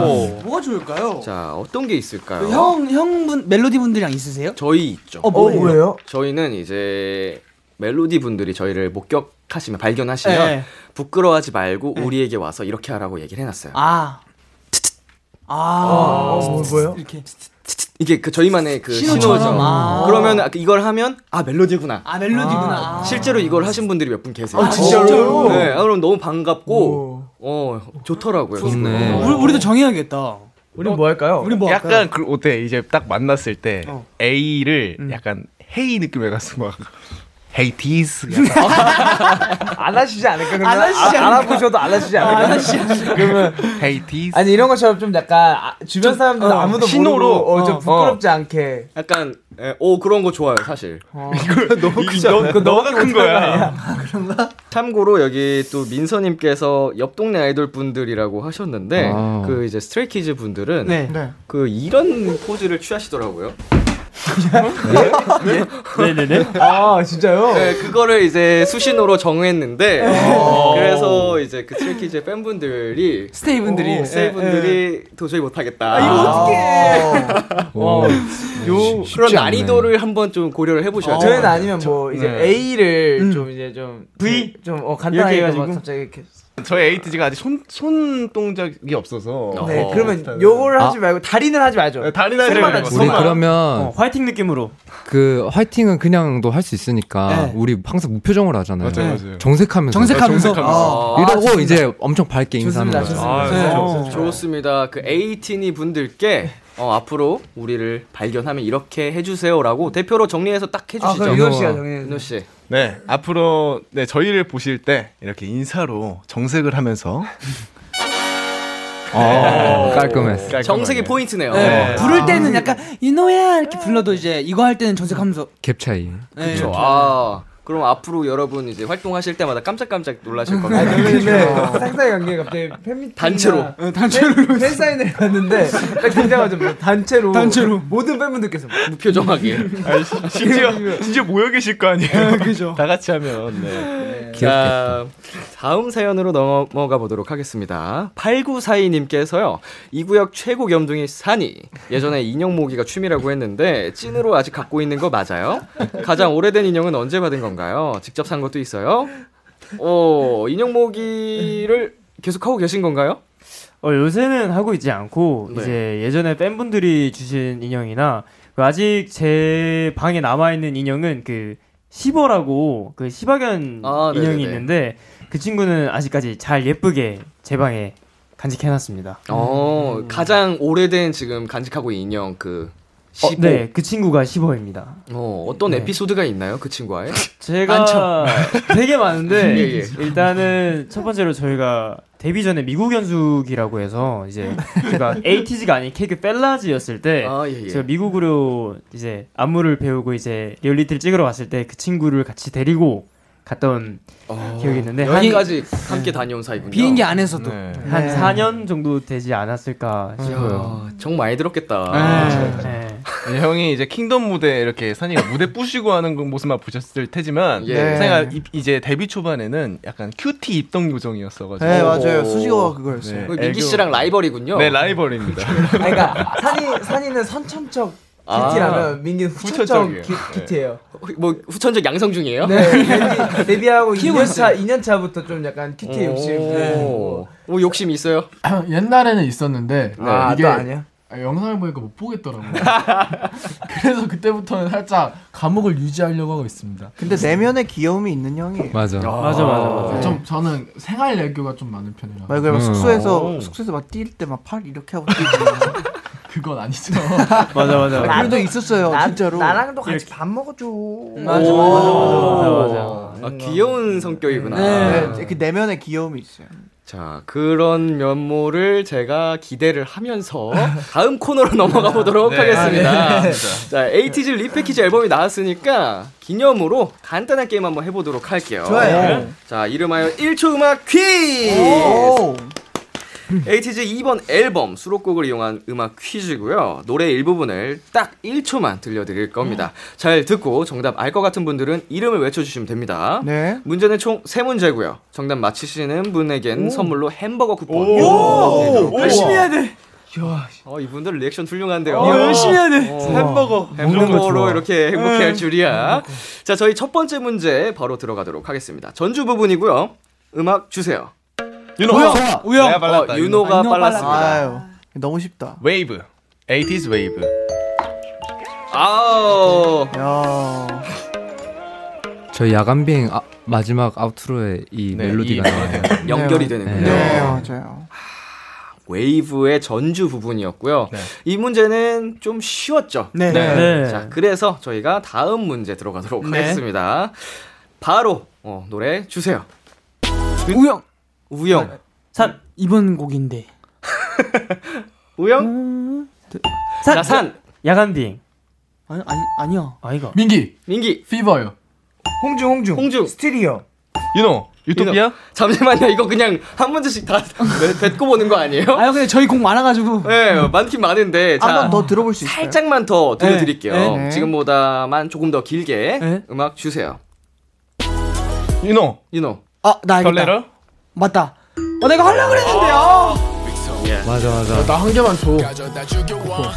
뭐가 좋을까요?
자, 어떤 게 있을까요?
형 형분 멜로디 분들이랑 있으세요?
저희 있죠. 네.
어, 뭐예요? 어, 뭐예요?
저희는 이제 멜로디 분들이 저희를 목격하시면 발견하시면
네.
부끄러워하지 말고 우리에게 와서 이렇게 하라고 얘기를 해놨어요.
아. 아. 뭐예요? 이렇게.
이게 그 저희만의 그
신호처럼.
신호죠.
아.
그러면 아까 이걸 하면 아 멜로디구나.
아, 멜로디구나.
실제로 이걸 하신 분들이 몇 분 계세요.
아, 진짜로요?
네, 아, 그럼 너무 반갑고 어 좋더라고요.
좋네.
어.
우리, 우리도 정해야겠다.
우리 뭐 할까요?
우리 뭐 할까요?
약간 그 어때 이제 딱 만났을 때
어.
A를
음.
약간 헤이 느낌의 가서 막 헤이 디스
안 하시지 않을까? 그러면?
안 하시지 않을까?
아, 알아보셔도 안 하시지
아,
않을까?
안 하시지 않을까?
그러면
헤이 디스
아니 이런 것처럼 좀 약간 아, 주변 사람들
어,
아무도
신호로.
모르고 어, 좀
어.
부끄럽지 않게
약간 예, 오 그런 거 좋아요 사실.
이거
너무
크지 않아요? 그거 너무 못하는 거 아니야?
참고로 여기 또 민서님께서 옆 동네 아이돌 분들이라고 하셨는데
아.
그 이제 스트레이키즈 분들은
네. 네.
그 이런 포즈를 취하시더라고요.
네네네.
예? 아 진짜요?
네, 그거를 이제 수신호로 정했는데
어.
그래서 이제 그 트리키즈 팬분들이
스테이분들이.
오,
예,
스테이분들이 도저히
아,
못하겠다.
어. 네,
와,
어. 요 그런 난이도를 한번 좀 고려를 해보셔야 돼요.
어, 저희는 아니면 뭐 이제
네.
A를 좀 이제 좀 V 좀 어, 간단하게
이렇게
해가지고
해가지고?
갑자기 이렇게
저희 에이티즈가 아직 손, 손 동작이 없어서
네 그러면 요걸
아.
하지 말고 다리는 하지 말죠.
다리는 하지
손만
말고.
하지,
우리
손만.
그러면
화이팅 느낌으로
그 화이팅은 그냥도 할 수 있으니까
네.
우리 항상 무표정을 하잖아요.
맞아요, 맞아요.
정색하면서.
정색하면서.
아,
이러고
좋습니다.
이제 엄청 밝게 인사하는 거죠.
네.
아,
어.
좋습니다. 그 에이티니 분들께 어, 앞으로 우리를 발견하면 이렇게 해주세요라고 대표로 정리해서
아,
딱 해주시죠. 윤호 씨.
네 앞으로 네 저희를 보실 때 이렇게 인사로 정색을 하면서 네.
어, 깔끔했어.
정색이 포인트네요.
네.
어.
부를 때는 약간 이노야 이렇게 불러도 이제 이거 할 때는 정색하면서
갭 차이.
네,
그렇죠.
이렇게.
아, 그럼 앞으로 여러분 이제 활동하실 때마다 깜짝깜짝 놀라실
음. 아,
겁니다.
네, 상상의 관계 갑자기 팬미팅
단체로.
단체로 팬 사인을 갔는데 딱
아.
등장하자마자 단체로 단체로 모든 팬분들께서
무표정하게
아니, 시- 심지어 심지어 모여 계실 거 아니에요?
어.
그죠. 다 같이 하면 네.
자, 다음 사연으로 넘어가 보도록 하겠습니다. 8942님께서요, 이 구역 최고 겸둥이 산이. 예전에 인형 모으기가 취미라고 했는데, 찐으로 아직 갖고 있는 거 맞아요? 가장 오래된 인형은 언제 받은 건가요? 직접 산 것도 있어요? 어, 인형 모으기를 계속 하고 계신 건가요?
어, 요새는 하고 있지 않고
네.
이제 예전에 팬분들이 주신 인형이나 그 아직 제 방에 남아 있는 인형은 그 시버라고 그 시바견
아, 네네네.
인형이 있는데 그 친구는 아직까지 잘 예쁘게 제 방에 간직해 놨습니다.
어,
음.
가장 오래된 지금 간직하고 있는 인형 그, 15.
네, 그 친구가 시버입니다.
어, 어떤
네.
에피소드가 있나요? 그 친구와의?
제가 되게 많은데
예, 예.
일단은 첫 번째로 저희가 데뷔 전에 미국 연수기라고 해서 이제 제가 에이티즈가 아닌 케이크 펠라즈였을 때
아, 예, 예.
제가 미국으로 이제 안무를 배우고 이제 리얼리티를 찍으러 갔을 때 그 친구를 같이 데리고 갔던 기억이 있는데 한-
아,
네.
여기까지
네.
함께 다녀온 사이군요.
비행기 안에서도.
네.
한 4년 정도 되지 않았을까 싶어요.
아, 정 많이 들었겠다. 아,
네.
아니, 형이 이제 킹덤 무대 이렇게 산이가 무대 부시고 하는 그 모습만 보셨을 테지만
예. 네.
산이가 이- 이제 데뷔 초반에는 약간 큐티 입덕 요정이었어가지고
네, 맞아요. 수식어가 그거였어요.
네,
그 민기
애교.
씨랑
라이벌이군요.
네 라이벌입니다.
그러니까 산이 산이는 선천적
아.
키티라면 민기는 후천적
후천적이에요.
키,
네.
키티예요.
후- 뭐 후천적 양성 중이에요?
네, 데뷔, 데뷔하고
키우고
2년차 2년차부터 좀 약간 키티 욕심.
오, 뭐 욕심 있어요?
옛날에는 있었는데
네. 아,
이게
또 아니야?
아, 영상을 보니까 못 보겠더라고요. 그래서 그때부터는 살짝 감옥을 유지하려고 하고 있습니다.
근데 내면에 귀여움이 있는 형이에요.
맞아.
맞아, 맞아, 음. 맞아.
네.
좀 저는 생활 애교가 좀 많은 편이라.
막 그럼 숙소에서 숙소에서 막 뛸 때 막 팔 이렇게 하고 뛰고
그건 아니죠.
맞아, 맞아.
그런 적 있었어요
나-
진짜로.
나랑도
예.
같이 밥 먹어줘.
맞아,
맞아, 맞아. 아, 귀여운 성격이구나. 아.
네, 네, 그 내면에 귀여움이 있어요.
자, 그런 면모를 제가 기대를 하면서 다음 코너로 넘어가 보도록
네.
하겠습니다.
아, 네.
자, 에이티즈 리패키지 앨범이 나왔으니까 기념으로 간단한 게임 한번 해보도록 할게요.
좋아요.
자, 이름하여 1초 음악 퀴즈! 에이티즈 2번 앨범 수록곡을 이용한 음악 퀴즈고요. 노래 일부분을 딱 1초만 들려드릴 겁니다.
음.
잘 듣고 정답 알 것 같은 분들은 이름을 외쳐주시면 됩니다.
네.
문제는 총 3문제고요. 정답 맞히시는 분에겐 선물로 햄버거 쿠폰 네.
오.
드리도록
오.
할게요.
열심히 해야
돼. 어, 이분들 리액션 훌륭한데요.
어, 열심히 해야 돼.
어,
햄버거.
먹는 거
햄버거로
좋아.
이렇게 행복해
네.
할 줄이야. 자, 저희 첫 번째 문제 바로 들어가도록 하겠습니다. 전주 부분이고요. 음악 주세요.
윤호. 우영. 우영. 내가 빨랐다,
어, 윤호가
윤호.
빨랐습니다.
아, 아유, 너무 쉽다.
웨이브. 80s 웨이브.
아우.
야.
저 야간 비행 아, 마지막 아우트로에 이
네,
멜로디가
이
나와요.
멜로디가
연결이 되는군요.
네, 맞아요.
웨이브의 전주 부분이었고요.
네.
이 문제는 좀 쉬웠죠.
네. 네. 네.
자, 그래서 저희가 다음 문제 들어가도록
네.
하겠습니다. 바로 어, 노래 주세요. 우영. 우영.
산 이번 곡인데. 어?
우영?
산.
자, 산.
야간 비행.
아니 아니 아니야.
아이가.
민기.
민기.
피버요.
홍중 홍중.
홍중.
스티리오.
윤호. 유토피아?
잠시만요. 이거 그냥 한 문제씩 다 뱉- 뱉고 보는 거 아니에요?
아 근데 저희 곡 많아가지고.
네, 많긴 많은데 자,
한 번 더 들어볼 수 있어요.
살짝만 더 들려드릴게요.
네,
네.
지금보다만 조금 더 길게 음악 주세요.
윤호.
윤호.
아나 알겠다.
설레러?
맞다. 어 내가 하려고 그랬는데요.
맞아 맞아.
나 한 개만 줘.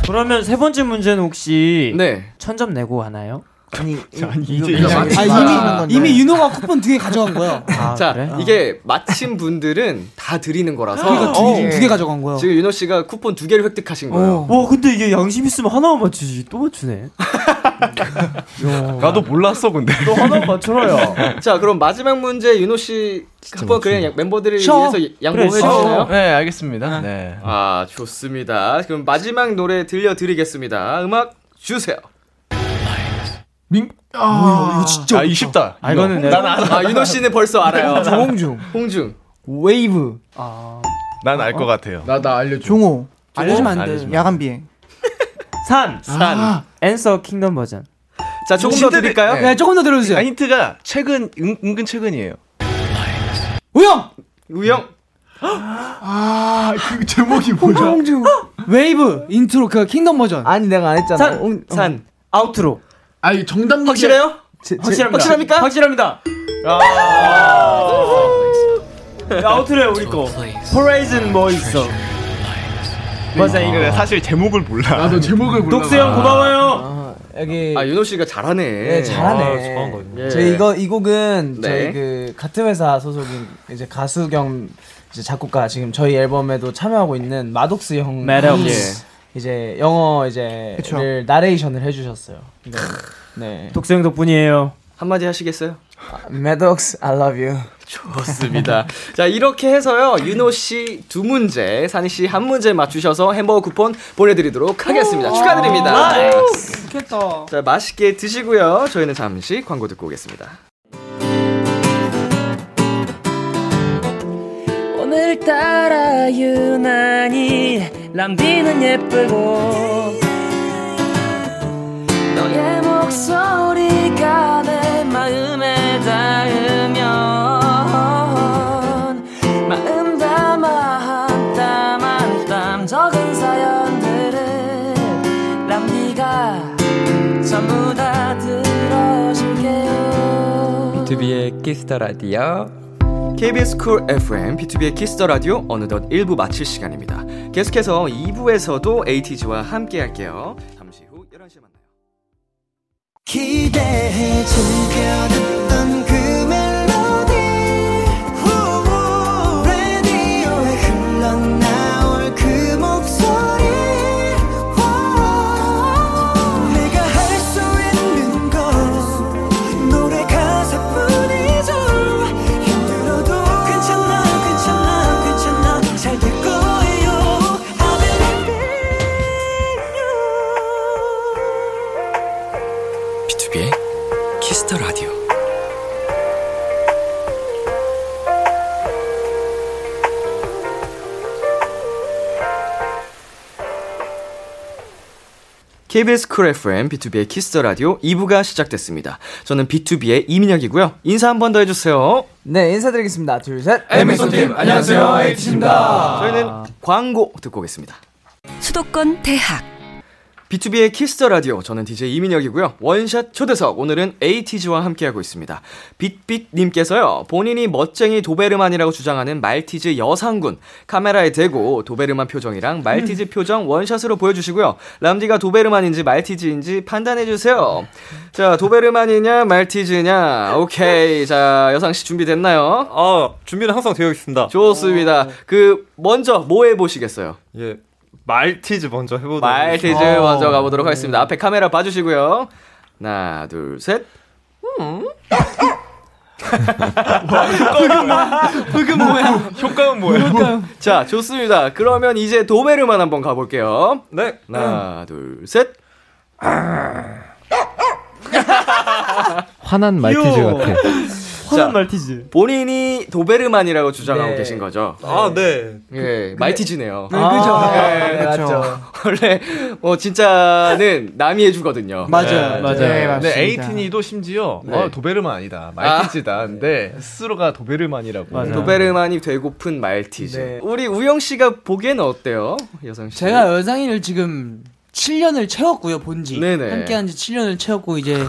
그러면 세 번째 문제는 혹시
네.
천점 내고 하나요?
아니,
이제
아 이미 이미 윤호가 쿠폰 두 개 가져간 거야.
자,
어.
이게 마친 분들은 다 드리는 거라서
그러니까 두 개-
어.
두개 가져간 어. 거야.
지금 윤호 씨가 쿠폰 두 개를 획득하신 거예요.
와 어,
그
근데 이게 양심 있으면 하나만 맞추지 또 맞추네.
나도 몰랐어 근데.
또 하나 맞춰라요.
자, 그럼 마지막 문제 윤호 씨 한번 그냥 양- 멤버들을
쉬어.
위해서 양보해
그래,
주시나요?
네, 알겠습니다. 네.
아, 좋습니다. 그럼 마지막 노래 들려드리겠습니다. 음악 주세요.
민. 아 이거
아, 이 쉽다.
아 이거는 내가
아, 윤호 씨는 벌써 알아요.
홍중. 아.
홍중.
웨이브.
난알 것 같아요.
나나 알려줘.
종호
그 알려주면 안 돼.
알려주면.
야간 비행.
산
산.
앤서 킹덤 버전.
자, 조금 더
힌트를-
드릴까요?
아, 네.
야 조금 더 들어주세요.
아, 힌트가 최근 은, 은근 최근이에요.
우영
우영.
아그 제목이 뭐야?
홍중.
웨이브 인트로 그 킹덤 버전.
아니 내가 안 했잖아.
산.
홍-
산.
아우트로.
아 이거 정답 얘기-
확실해요?
제- 제-
확실합니다.
확실합니까?
확실합니다.
아.
어.
네,
야, 아우트로야 우리 거. 포레이즌 뭐 있어. 맞아 이거.
근데 네, 사실 제목을 몰라.
나도 제목을 몰라.
독수 형 고마워요.
아, 여기
음. 아, 윤호 씨가 아, 잘하네.
네, 잘하네.
예.
저희 이거 이 곡은
네.
저희 그 같은 회사 소속인 이제 가수 겸 이제 작곡가 지금 저희 앨범에도 참여하고 있는 마독스 형
Maddox.
예.
이제 영어 이제
그쵸.
를 나레이션을 해주셨어요. 네. 네.
독수 형 덕분이에요.
한마디 하시겠어요?
Maddox, I love you.
좋습니다. 자, 이렇게 해서요, 윤호 씨 두 문제, 산희 씨 한 문제 맞추셔서 햄버거 쿠폰 보내드리도록 하겠습니다.
아, 네.
축하드립니다.
좋겠다.
자, 맛있게 드시고요. 저희는 잠시 광고 듣고 오겠습니다.
오늘따라 유난히 람디는 예쁘고 너의 목소리가 내 마음에 닿으면 마음 담아 한땀한땀 적은 사연들을 람디가 전부 다 들어줄게요
B2B의 키스터 라디오.
KBS 쿨 FM, B2B의 키스터 라디오, 어느덧 1부 마칠 시간입니다. 계속해서 2부에서도 에이티즈와 함께 할게요. 잠시 후 11시에 만나요.
기대해 즐겨듣던 그 멜로디 후, 라디오에 흘러나올 그 목소리
KBS 쿨 FM B2B의 키스터 라디오 2부가 시작됐습니다. 저는 B2B의 이민혁이고요. 인사 한 번 더 해주세요.
네, 인사드리겠습니다. 둘, 셋.
에미소팀, 안녕하세요. 에이티즈입니다. 저희는 광고 듣고 오겠습니다.
수도권 대학
B2B의 키스터 라디오 저는 DJ 이민혁이고요. 원샷 초대석 오늘은 에이티즈와 함께하고 있습니다. 빛빛 님께서요. 본인이 멋쟁이 도베르만이라고 주장하는 말티즈 여상군 카메라에 대고 도베르만 표정이랑 말티즈 표정 원샷으로 보여주시고요. 람디가 도베르만인지 말티즈인지 판단해 주세요. 자 도베르만이냐 말티즈냐 오케이 자 여상 씨 준비됐나요? 어 준비는 항상 되어 있습니다. 좋습니다. 그 먼저 뭐 해 보시겠어요?
예. 말티즈 먼저 해보도록
말티즈
하겠습니다.
먼저 가보도록 하겠습니다. 앞에 카메라 봐주시고요. 하나, 둘, 셋. 아, 흑은 뭐야? 효과는 뭐예요? 자, 좋습니다. 그러면 이제 도베르만 한번 가볼게요. 네. 하나, 둘, 셋.
화난 말티즈 같아.
화난 말티즈. 네. 본인이 도베르만이라고 주장하고 계신 거죠?
아, 네.
예, 말티즈네요.
네, 그죠.
예,
네, 맞죠.
원래 어 진짜는 남이 해주거든요. 예,
근데 네, 에이틴이도 심지어
네.
어, 도베르만 아니다. 말티즈다. 근데 스스로가 도베르만이라고.
도베르만이 되고픈 말티즈.
네.
우리 우영 씨가 보기에는 어때요, 여성 씨?
그렇죠. 제가 여상이를 지금 7년을 채웠고요 본지
네네.
함께한 지 7년을 채웠고 이제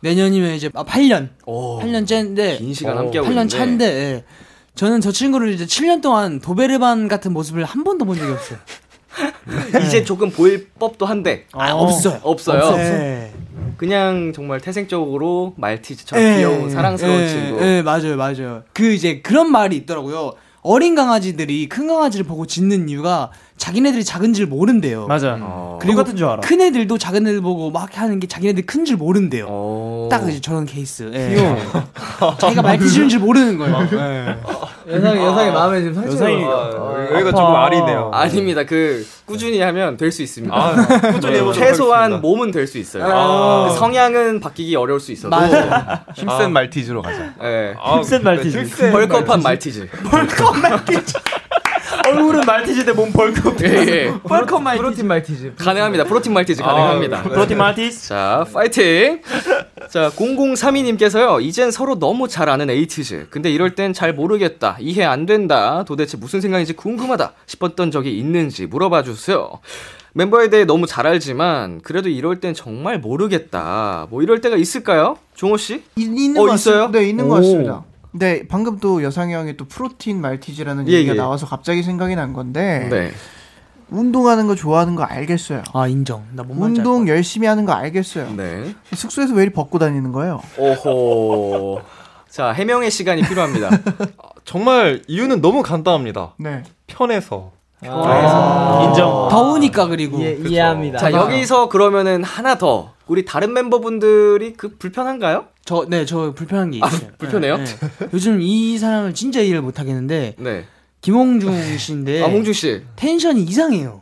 내년이면 이제 아 8년
오.
8년째인데
긴 시간 함께하고
8년
있는데.
차인데 예. 저는 저 친구를 이제 7년 동안 도베르반 같은 모습을 한 번도 본 적이 없어요.
이제 조금 보일 법도 한데
아, 없어요.
없어요.
없어요.
네.
그냥 정말 태생적으로 말티즈처럼
네.
귀여운 사랑스러운
예,
친구.
예, 맞아요, 맞아요. 그 이제 그런 말이 있더라고요. 어린 강아지들이 큰 강아지를 보고 짖는 이유가 자기네들이 작은 줄 모른대요.
맞아.
음.
어,
그리고
똑같은 줄 알아.
큰 애들도 작은 애들 보고 막 하는 게 자기네들 큰 줄 모른대요.
어.
딱 이제 저런 케이스. 예.
귀여워.
자기가 말 뒤지는 줄 모르는 거예요.
여상이,
아,
여상이 마음에 지금 상처가
여상이-
있어요.
여기가
아파.
조금 아, 아리네요. 아닙니다. 그 꾸준히 하면 될 수 있습니다.
꾸준히 해보도록
최소한 몸은 될 수 있어요.
아.
그 성향은 바뀌기 어려울 수 있어도
맞아. 힘센
말티즈로 가자. 예.
아, 힘센 말티즈. 힘센
벌컵한 말티즈.
얼굴은 말티즈인데 몸 벌크.
예, 예.
펄컵 말티즈. 프로틴 말티즈.
가능합니다. 프로틴 말티즈 가능합니다.
네.
아, 프로틴
말티즈. 자, 파이팅. 자, 0032님께서요. 이젠 서로 너무 잘 아는 에이티즈. 근데 이럴 땐 잘 모르겠다. 이해 안 된다. 도대체 무슨 생각인지 궁금하다. 싶었던 적이 있는지 물어봐 주세요. 멤버에 대해 너무 잘 알지만 그래도 이럴 땐 정말 모르겠다. 뭐 이럴 때가 있을까요? 종호 씨?
있- 있는
어,
것
있어요?
같습니다. 네, 있는
오.
것 같습니다. 근데 방금 또 여상이 형이 또 프로틴 말티즈라는
예,
얘기가
예.
나와서 갑자기 생각이 난 건데
네.
운동하는 거 좋아하는 거 알겠어요.
아 인정. 나못
운동 열심히 하는 거 알겠어요.
네.
숙소에서 왜 이리 벗고 다니는 거예요?
오호. 자, 해명의 시간이 필요합니다.
정말 이유는 너무 간단합니다.
네.
편해서.
아.
편해서. 아. 인정.
더우니까 그리고
예, 이해합니다.
자, 여기서 그러면은 하나 더. 우리 다른 멤버분들이 그 불편한가요?
저, 네, 저 불편한 게 있어요.
아, 불편해요?
네, 네. 요즘 이 사람을 진짜 이해를 못 하겠는데.
네.
김홍중 씨인데.
아, 홍중 씨.
텐션이 이상해요.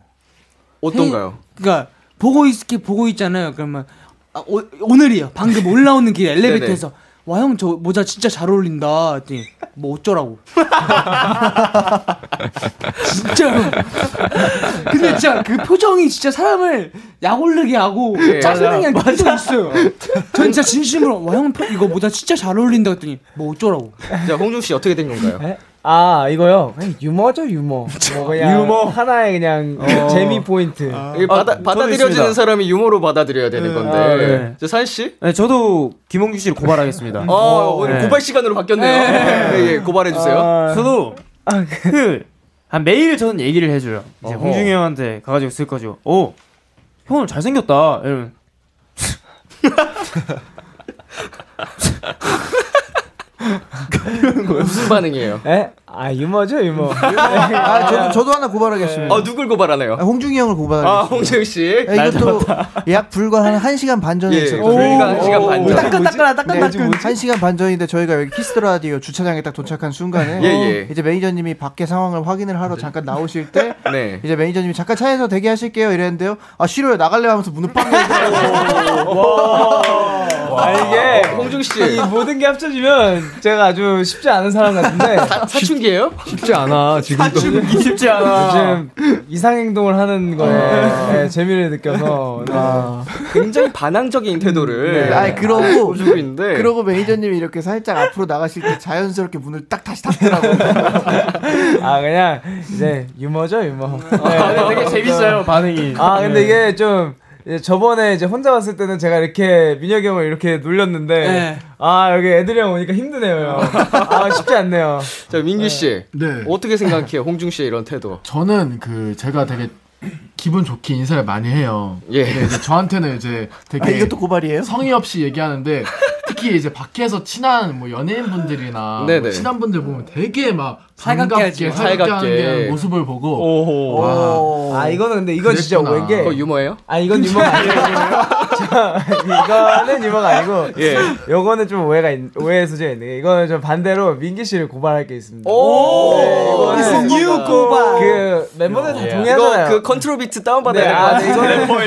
어떤가요?
텐- 그러니까 보고 있게 보고 있잖아요. 그러면 아, 오, 오늘이요. 방금 올라오는 길
네,
엘리베이터에서 와 형 저 모자 진짜 잘 어울린다. 했더니 뭐 어쩌라고. 진짜로. 근데 진짜 그 표정이 진짜 사람을 약올르게 하고
예,
짜증나게
맞아.
하는 게 있어요. 전 진짜 진심으로 와 형 이거 모자 진짜 잘 어울린다 했더니 뭐 어쩌라고.
자, 홍중 씨 어떻게 된 건가요?
아 이거요 그냥 유머죠 유머 뭐 그냥
유머.
하나의 그냥
어.
재미 포인트
이게 받아, 받아들여지는 사람이 유머로 받아들여야 되는 건데.
아, 네.
자, 산 씨?
네, 저도 김홍규 씨를 고발하겠습니다.
음.
네.
어, 오늘 고발 시간으로 바뀌었네요. 예, 예, 고발해주세요.
아,
저도 그, 한 매일 저는 얘기를 해줘요. 이제
어허.
홍중이 형한테 가가지고 쓸 거죠. 오, 형 오늘 잘생겼다. 이러면.
무슨 반응이에요?
에? 아 유머죠 유머
아, 저도, 저도 하나 고발하겠습니다.
어, 누굴 고발하나요?
아, 홍중이 형을 고발하겠습니다.
아, 홍중 씨.
아, 이것도 약 불과 한 1시간 반 전에
예,
있었거든요.
불과 한 시간 반 전.
따끈따끈하다
네,
따끈따끈
1시간 반 전인데 저희가 여기 키스터 라디오 주차장에 딱 도착한 순간에
예, 예.
이제 매니저님이 밖에 상황을 확인을 하러 잠깐 나오실 때
네.
이제 매니저님이 잠깐 차에서 대기하실게요 이랬는데요. 아 싫어요 나갈래요 하면서 문을 빵 열고
아, 이게 홍중 씨. 이 모든 게 합쳐지면 제가 아주 쉽지 않은 사람 같은데. 사춘기예요?
쉽지 않아 지금도
사춘기 쉽지 않아. 요즘 이상 행동을 하는 거에 네, 재미를 느껴서 네.
어. 굉장히 반항적인 태도를
아. 아니 그러고
보여주고
네.
있는데
그러고 매니저님이 이렇게 살짝 앞으로 나가실 때 자연스럽게 문을 딱 다시 닫더라고.
아 그냥 이제 유머죠
아,
유머. 네.
근데 되게 재밌어요, 반응이.
아 근데
네.
이게 좀 이제 저번에 이제 혼자 왔을 때는 제가 이렇게 민혁이 형을 이렇게 놀렸는데
네.
아 여기 애들이랑 오니까 힘드네요. 아 쉽지 않네요.
자 민규 씨
네.
어떻게 생각해요 홍중 씨의 이런 태도?
저는 그 제가 되게 기분 좋게 인사를 많이 해요.
예.
근데 이제 저한테는 이제 되게
아, 이것도 고발이에요?
성의 없이 얘기하는데 특히 이제 밖에서 친한 뭐 연예인분들이나
네네.
뭐 친한 분들 보면 되게 막
살갑게
반갑게
하지.
살갑게 하는
살갑게.
모습을 보고
오호.
와.
아 이거는 근데 이건 진짜
그랬구나.
오해인 게
그거
유머예요?
아 이건 유머가 아니에요. 자, 이거는 유머가 아니고
예.
요거는 좀 오해가 있, 오해의 소지가 있는 게 이거는 좀 반대로 민기 씨를 고발할 게 있습니다.
오!
이거는
어, 이유 고발.
그 멤버들 다 동의하잖아요.
이거 그 컨트롤 비트 다운
네,
받아야
아,
될 것
이거는 네.
같아요. 예.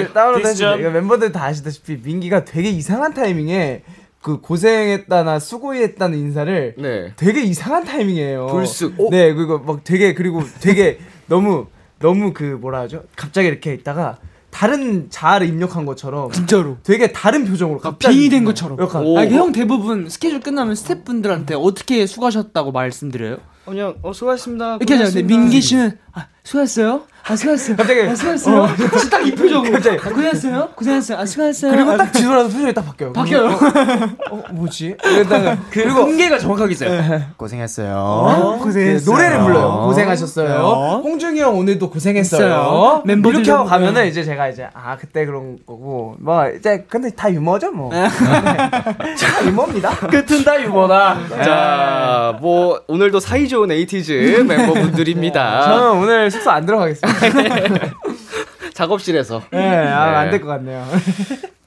이거는 다운로드 해주세요. 이거 멤버들 다 아시다시피 민기가 되게 이상한 타이밍에 그 고생했다나 수고했다는 인사를
네.
되게 이상한 타이밍이에요.
불쑥.
네, 그리고 막 되게 그리고 되게 너무 너무 그 뭐라 하죠? 갑자기 이렇게 있다가 다른 자아를 입력한 것처럼
진짜로
되게 다른 표정으로 갑자기
빙이 된 것처럼.
약간
아, 이게 형 대부분 스케줄 끝나면 스태프분들한테 어떻게 수고하셨다고 말씀드려요?
그냥 어 수고하셨습니다.
이렇게 하잖아요. 근데 민기 씨는 아, 수고했어요. 아, 수고했어요.
갑자기
아, 수고했어요.
어.
진짜 딱이 표정으로.
갑자기.
아, 고생했어요. 고생했어요. 아, 수고했어요.
그리고
아,
딱 뒤돌아서 표정이 딱 바뀌어요.
바뀌어요.
어, 어, 뭐지? 이러다가 그리고 네.
공개가 정확하게 있어요.
고생했어요.
어?
고생했어요. 노래를 불러요. 고생하셨어요.
어?
홍중이 형 오늘도
했어요.
고생했어요. 네.
멤버들
이렇게 하고
정도면-
가면은 이제 제가 이제 아 그때 그런 거고 뭐 이제 근데 다 유머죠 뭐. 네. 다 유머입니다. 네. 끝은 다 유머다.
자, 뭐 오늘도 사이좋은 에이티즈 멤버분들입니다.
저는 오늘 숙소 안 들어가겠습니다.
작업실에서.
네, 아, 안 될 것 같네요.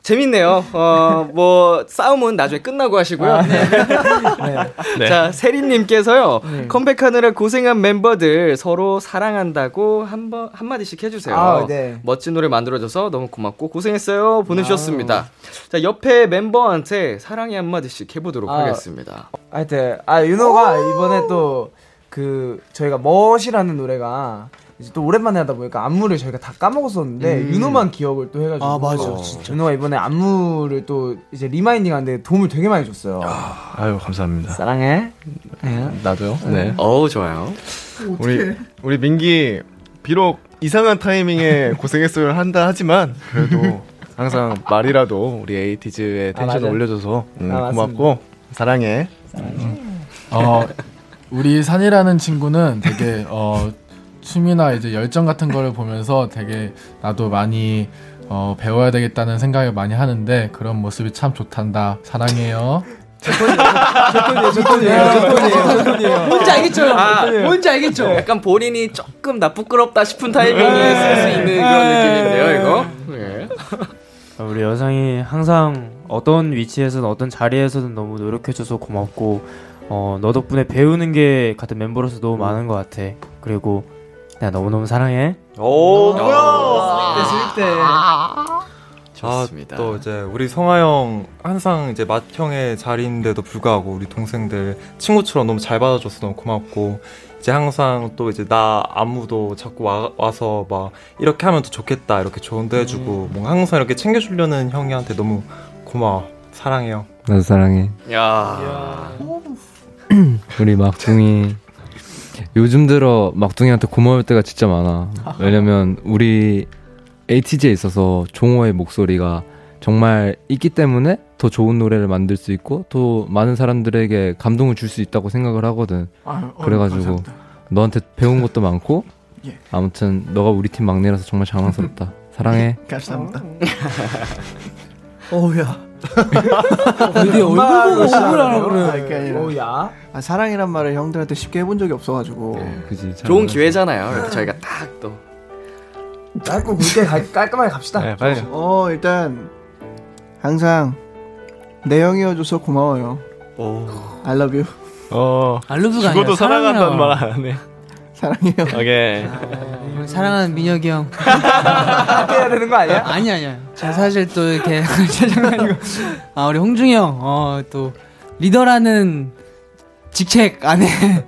재밌네요. 어, 뭐 싸움은 나중에 끝나고 하시고요.
아,
네.
네.
자, 세린님께서요
네.
컴백하느라 고생한 멤버들 서로 사랑한다고 한번 한마디씩 해주세요.
아, 네.
멋진 노래 만들어줘서 너무 고맙고 고생했어요 보내주셨습니다.
아.
자, 옆에 멤버한테 사랑의 한마디씩 해보도록
아.
하겠습니다.
하여튼 아 윤호가 이번에 또 그 저희가 멋이라는 노래가 이제 또 오랜만에 하다 보니까 안무를 저희가 다 까먹었었는데
음.
윤호만 기억을 또 해가지고
아, 맞아,
진짜 윤호가 이번에 안무를 또 이제 리마인딩하는데 도움을 되게 많이 줬어요.
아유 감사합니다.
사랑해.
나도요. 네.
어우 좋아요.
우리 우리 민기 비록 이상한 타이밍에 고생했어요 한다 하지만 그래도 항상 말이라도 우리 에이티즈의
아,
텐션
맞아요.
을 올려줘서 음,
아, 맞습니다.
고맙고 사랑해. 음.
어, 우리 산이라는 친구는 되게 어, 춤이나 이제 열정 같은 거를 보면서 되게 나도 많이 어, 배워야 되겠다는 생각을 많이 하는데 그런 모습이 참 좋단다. 사랑해요.
저
네.
톤이에요, 저 톤이에요, 저 톤이에요. 네.
뭔지 알겠죠?
아,
뭔지 알겠죠?
약간 본인이 조금 나 부끄럽다 싶은 타이밍에 쓸 수 있는 그런
네.
느낌인데요, 이거. 예.
아, 우리 여상이 항상 어떤 위치에서든 어떤 자리에서든 너무 노력해줘서 고맙고 어, 너 덕분에 배우는 게 같은 멤버로서 너무 많은 것 같아. 그리고 내가 너무너무 사랑해.
오,
네,
때,
뭐야?
때.
아.
좋습니다. 또 이제 우리 성아 형 항상 이제 맏형의 자리인데도 불구하고 우리 동생들 친구처럼 너무 잘 받아줘서 너무 고맙고 이제 항상 또 이제 나 안무도 자꾸 와, 와서 막 이렇게 하면 더 좋겠다 이렇게 조언도
음.
해주고 뭔가 항상 이렇게 챙겨주려는 형이한테 너무 고마워 사랑해요.
나도 사랑해
야.
우리 막둥이 요즘 들어 막둥이한테 고마울 때가 진짜 많아. 왜냐면 우리 ATG에 있어서 종호의 목소리가 정말 있기 때문에 더 좋은 노래를 만들 수 있고 또 많은 사람들에게 감동을 줄 수 있다고 생각을 하거든.
아유, 어이,
그래가지고
감사합니다.
너한테 배운 것도 많고
예.
아무튼 너가 우리 팀 막내라서 정말 자랑스럽다. 사랑해.
감사합니다. 어우야.
근데 얼굴 보고
라
억울하라고 그래.
그래.
어우야.
아 사랑이란 말을 형들한테 쉽게 해본 적이 없어가지고.
그지. 잘
좋은 기회잖아요. 이렇게 저희가 딱 또.
짧고 굵게 가- 깔끔하게 갑시다.
네,
어 일단 항상 내 형이어줘서 고마워요.
오.
I love you.
어.
알루브가
죽어도
아니라
사랑한다는
사랑해요.
말 안 하네.
사랑해요.
아,
오케이.
우리 사랑하는 민혁이 형.
해야 되는 거 아니야?
아니 아니야. 저 사실 또 이렇게 죄송하고 아 우리 홍중이 형, 어또 리더라는 직책 안에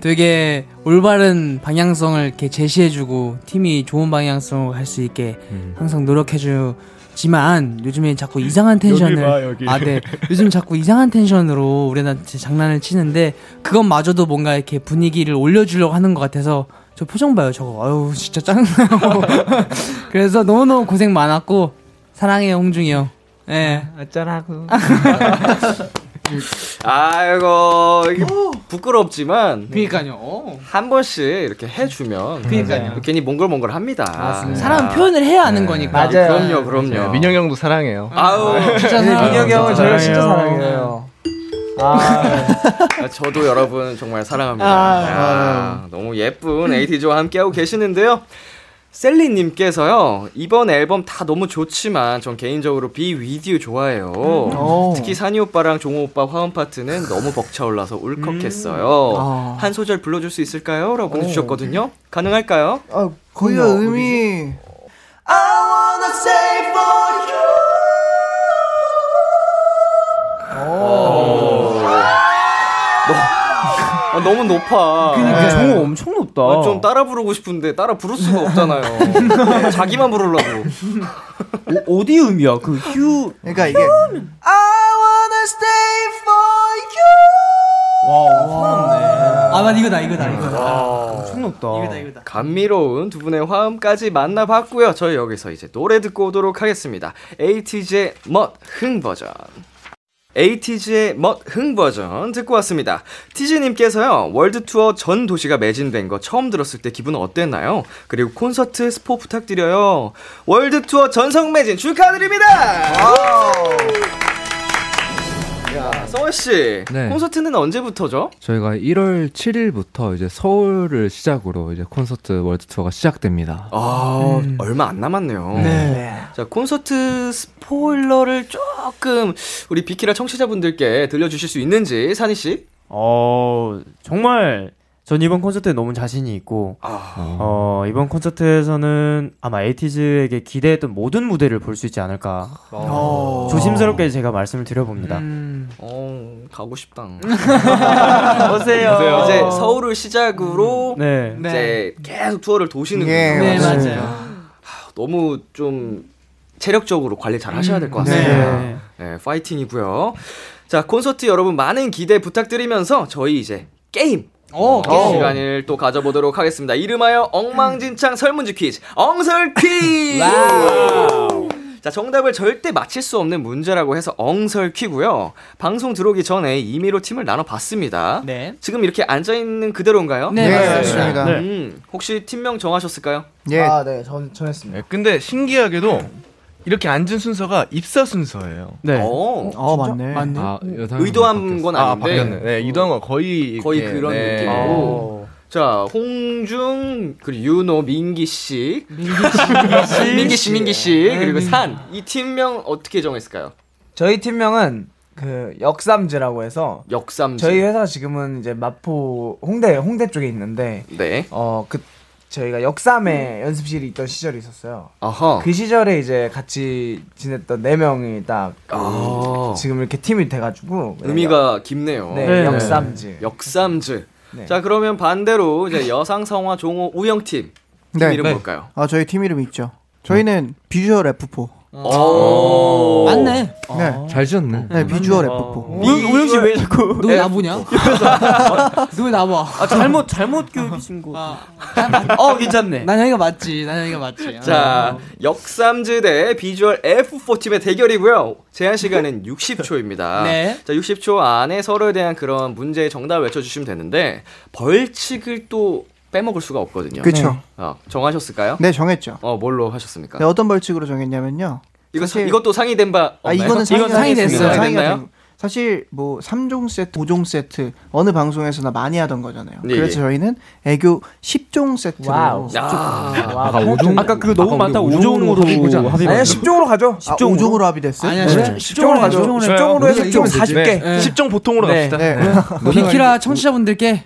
되게 올바른 방향성을 이렇게 제시해주고 팀이 좋은 방향성으로 갈 수 있게 항상 노력해주지만 요즘에 자꾸 이상한 텐션을
음. 여기 봐, 여기.
아 네. 요즘 자꾸 이상한 텐션으로 우리한테 장난을 치는데 그것마저도 뭔가 이렇게 분위기를 올려주려고 하는 것 같아서 저 표정 봐요 저거 아유 진짜 짜증나요 그래서 너무너무 고생 많았고 사랑해요 홍중이 형 예.
어쩌라고.
아이고 이게 부끄럽지만
그러니까요.
한 번씩 이렇게 해주면
그러니까요.
괜히 몽글몽글 합니다. 아.
아.
사람은 표현을
네.
해야
네.
하는 거니까
그럼요,
네,
그럼요. 민영 형도 사랑해요. 아우,
진짜
네,
사랑해요.
민영 형은 저를 진짜
사랑해요.
사랑해요. 아, 저도 여러분 정말 사랑합니다.
아.
야, 너무 예쁜 에이티즈와 함께하고 계시는데요. 셀리님께서요 이번 앨범 다 너무 좋지만 전 개인적으로 비위디오 좋아해요
오.
특히 산이 오빠랑 종호 오빠 화음 파트는 너무 벅차올라서 울컥했어요
아.
한 소절 불러줄 수 있을까요? 라고 보내주셨거든요 가능할까요?
거의 의미
I wanna say for you
아, 너무 높아.
그러니까
네.
정호 엄청 높다.
아, 좀 따라 부르고 싶은데 따라 부를 수가 없잖아요. 네, 자기만 부르려고.
어디 음이야? 그 휴.
그러니까 이게
I wanna stay for you
아, 맞 이거다, 이거다, 이거다.
엄청 높다. 감미로운 두 분의 화음까지 만나봤고요. 저희 여기서 이제 노래 듣고 오도록 하겠습니다. 에이티즈의 멋흥 버전. 에이티즈의 멋흥 버전 듣고 왔습니다. 티즈님께서요, 월드투어 전 도시가 매진된 거 처음 들었을 때 기분 어땠나요? 그리고 콘서트 스포 부탁드려요. 월드투어 전성 매진 축하드립니다! 야, 성원씨,
네.
콘서트는 언제부터죠?
저희가 1월 7일부터 이제 서울을 시작으로 이제 콘서트 월드 투어가 시작됩니다.
아,
음.
얼마 안 남았네요. 자, 콘서트 스포일러를 조금 우리 비키라 청취자분들께 들려주실 수 있는지, 사니씨?
어 정말 전 이번 콘서트에 너무 자신이 있고
아.
어 이번 콘서트에서는 아마 에이티즈에게 기대했던 모든 무대를 볼 수 있지 않을까
아.
어.
조심스럽게 제가 말씀을 드려봅니다.
어, 가고 싶다.
오세요.
이제 서울을 시작으로
네.
이제 계속 투어를 도시는
네,
거예요.
네, 맞아요.
너무 좀 체력적으로 관리 잘 하셔야 될 것
음,
같습니다.
네.
네, 파이팅이고요. 자, 콘서트 여러분 많은 기대 부탁드리면서 저희 이제 게임
게임.
시간을 또 가져보도록 하겠습니다. 이름하여 엉망진창 설문지 퀴즈 엉설 퀴즈. 자, 정답을 절대 맞힐 수 없는 문제라고 해서 엉설 퀴고요. 방송 들어오기 전에 임의로 팀을 나눠 봤습니다.
네.
지금 이렇게 앉아 있는 그대로인가요?
네, 네, 맞습니다. 네.
음, 혹시 팀명 정하셨을까요?
예.
아, 네, 전, 전 했습니다.
네, 근데 신기하게도 이렇게 앉은 순서가 입사 순서예요.
네.
어 맞네.
맞네.
아,
의도한 건
아,
아닌데.
바뀌었네. 네, 의도한 건 거의
거의
이렇게,
그런
네.
어.
느낌이고. 자, 홍중 그리고 윤호, 민기 씨, 민기 씨, 민기 씨, 민기 씨
네.
그리고 산 이 팀명 어떻게 정했을까요?
저희 팀명은 그 역삼즈라고 해서
역삼즈.
저희 회사 지금은 이제 마포 홍대 홍대 쪽에 있는데
네.
어, 그 저희가 역삼에 연습실이 있던 시절이 있었어요.
아하.
그 시절에 이제 같이 지냈던 네 명이 딱 그
아.
지금 이렇게 팀이 돼가지고
의미가 깊네요.
네, 네. 역삼즈.
역삼즈.
네.
자, 그러면 반대로 이제 여상 성화 종호 우영 팀. 팀
네.
이름
네.
뭘까요?
아 저희 팀 이름 있죠. 저희는 비주얼 F4.
오.
맞네. 어.
네.
잘 지었네.
네, 비주얼 F4.
우영, 우영 씨왜 자꾸. 너 왜 나보냐? 너 왜 아, 나봐.
예. 아, 잘못 잘못 교육이신 거.
어, 괜찮네. 난 여기가 맞지. 난 여기가 맞지.
자, 역삼즈 대 비주얼 F4 팀의 대결이고요. 제한 시간은 60초입니다.
네.
자, 60초 안에 서로에 대한 그런 문제의 정답을 외쳐주시면 되는데 벌칙을 또 빼먹을 수가 없거든요.
그쵸. 네.
어, 정하셨을까요?
네 정했죠.
어, 뭘로 하셨습니까?
네, 어떤 벌칙으로 정했냐면요.
이거 사- 이것도 상의된 바
아
없나요?
이거는 상의, 상의가
상의됐나요?
된- 사실 뭐 3종 세트, 5종 세트 어느 방송에서나 많이 하던 거잖아요.
예,
그래서
예.
저희는 애교 10종 세트로
와우. 야.
아까 오종- 아까 그거 너무 아까 많다. 우리 오종으로 오종으로 합의보지 않았어요? 합의
아니야
맞죠?
10종으로 가죠.
10종 아, 5종으로 합의됐어요?
아니야,
네.
10종으로 가죠.
네.
네.
10종으로 해서 10종 40개.
네.
네. 10종 보통으로 갑시다.
네.
비키라 청취자분들께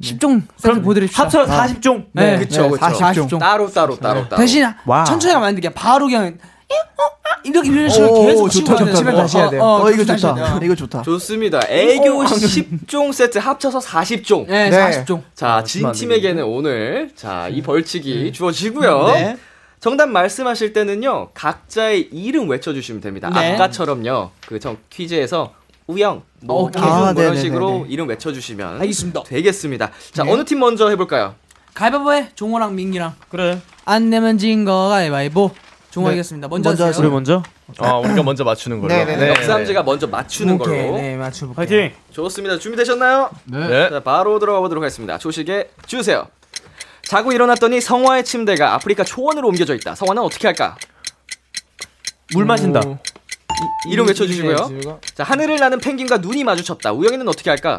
10종 세트 보여드립시다.
합쳐 40 종?
네,
네, 그쵸, 그쵸.
40 종. 네.
따로 따로 따로 따로.
대신
와우.
천천히 하면 안 돼. 그냥 바로 그냥 예? 어? 아? 이렇게 이런 식으로
오,
계속
좋다,
치고
좋다. 치면 다시 해야 돼요. 어, 이거 좋다. 이거 좋다.
좋습니다. 애교
오,
10종 세트 합쳐서 40종.
네, 네. 40 종.
어,
자, 진 팀에게는 오늘 자 이 벌칙이 주어지고요.
네.
정답 말씀하실 때는요 각자의 이름 외쳐주시면 됩니다.
네.
아까처럼요 그 전 퀴즈에서 우영, 뭐
오케이.
계속
아,
이런
네네네네.
식으로 이름 외쳐주시면 알겠습니다. 되겠습니다. 자 어느 팀 먼저 해볼까요?
어. 가위바위보 해. 종호랑 민기랑.
그래.
안 내면 진 거 가위바위보.
네.
종호 하겠습니다. 먼저 하세요.
먼저?
아 우리가 먼저 맞추는 걸로. 네.
역삼지가 먼저 맞추는
오케이,
걸로.
네, 맞춰볼게요.
파이팅.
좋습니다. 준비되셨나요?
네.
자, 바로 들어가 보도록 하겠습니다. 조식에 주세요. 자고 일어났더니 성화의 침대가 아프리카 초원으로 옮겨져 있다. 성화는 어떻게 할까?
물 마신다.
이, 이름
네,
외쳐주시고요. 자, 하늘을 나는 펭귄과 눈이 마주쳤다. 우영이는 어떻게 할까?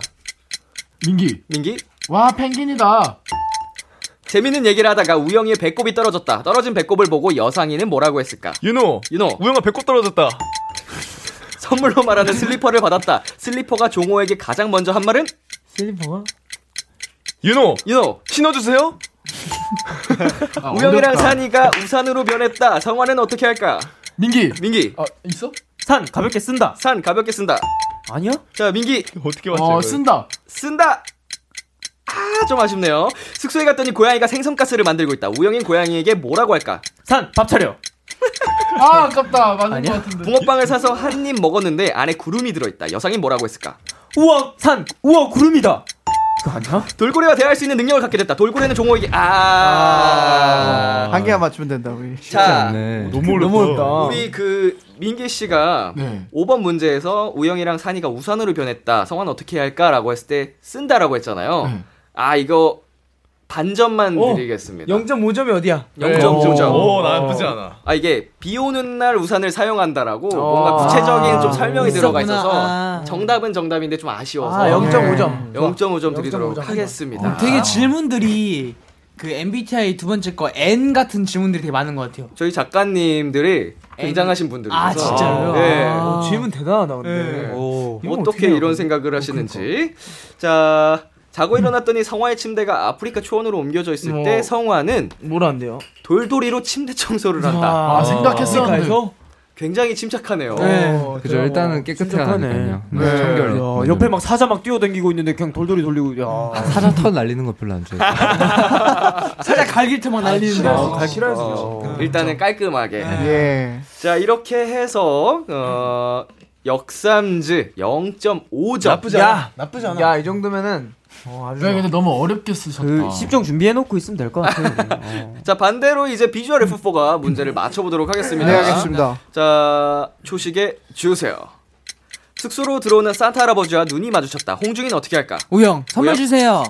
민기.
민기?
와 펭귄이다.
재밌는 얘기를 하다가 우영이의 배꼽이 떨어졌다. 떨어진 배꼽을 보고 여상이는 뭐라고 했을까?
윤호.
윤호.
우영아 배꼽 떨어졌다.
선물로 말하는 슬리퍼를 받았다. 슬리퍼가 종호에게 가장 먼저 한 말은?
슬리퍼가?
윤호.
윤호.
신어주세요.
아,
아, 우영이랑 산이가 우산으로 변했다. 성화는 어떻게 할까?
민기.
민기.
아, 있어?
산 가볍게 쓴다.
산 가볍게 쓴다.
아니야?
자, 민기.
어떻게
맞지, 어, 이걸? 쓴다.
쓴다. 아, 좀 아쉽네요. 숙소에 갔더니 고양이가 생선가스를 만들고 있다. 우영인 고양이에게 뭐라고 할까?
산, 밥 차려.
아 아깝다. 맞는 것 같은데.
붕어빵을 사서 한 입 먹었는데 안에 구름이 들어있다. 여상이 뭐라고 했을까?
우와 산 우와 구름이다 그거 아니야?
돌고래와 대화할 수 있는 능력을 갖게 됐다. 돌고래는 종호에게 아.
한 개만 맞추면 된다고. 이게.
자,
네.
너무 어렵다.
우리 그 민기 씨가
네.
5번 문제에서 우영이랑 산이가 우산으로 변했다. 성환 어떻게 해야 할까라고 했을 때 쓴다라고 했잖아요.
네.
아, 이거 반점만
어,
드리겠습니다.
0.5점이 어디야?
네. 0.5점.
오, 나 나쁘지 않아.
아 이게 비 오는 날 우산을 사용한다라고 뭔가 구체적인 좀 설명이 들어가
어. 아, 있었구나.
있어서 정답은 정답인데 좀 아쉬워서
아, 0.5점.
0.5점 드리도록 하겠습니다.
어, 되게 질문들이 그 MBTI 두 번째 거 N 같은 질문들이 되게 많은 것 같아요.
저희 작가님들이
음.
굉장하신 분들이
아, 진짜요?
네.
어, 질문 대단하다 근데.
오,
이런 거 어떻게 그러니까.
어떻게
해요,
이런 생각을 하시는지. 자, 자고 일어났더니 성화의 침대가 아프리카 초원으로 옮겨져 있을
뭐,
때 성화는
뭐란데요?
돌돌이로 침대 청소를 한다.
아, 생각했었는데. 아프리카에서?
굉장히 침착하네요.
어, 그죠. 일단은 깨끗해야 하니까요. 네. 청결.
야, 옆에 막 사자 막 뛰어다니고 있는데 그냥 돌돌이 돌리고 야.
아, 사자 털 날리는 거 별로 안 좋아해.
살짝 갈길트만 날리는데.
어, 일단은 깔끔하게. 자, 이렇게 해서 어, 역삼즈 0.5점.
나쁘지 않아. 야, 이 정도면은 어, 아주
야, 근데 너무 어렵게 쓰셨다.
그 10종 준비해놓고 있으면 될 것 같아요.
자, 반대로 이제 비주얼 F4가 문제를 맞춰 보도록 하겠습니다.
네, 알겠습니다.
자, 초식에 주세요. 숙소로 들어오는 산타 할아버지와 눈이 마주쳤다. 홍중이는 어떻게 할까?
우영 선물
우영.
주세요.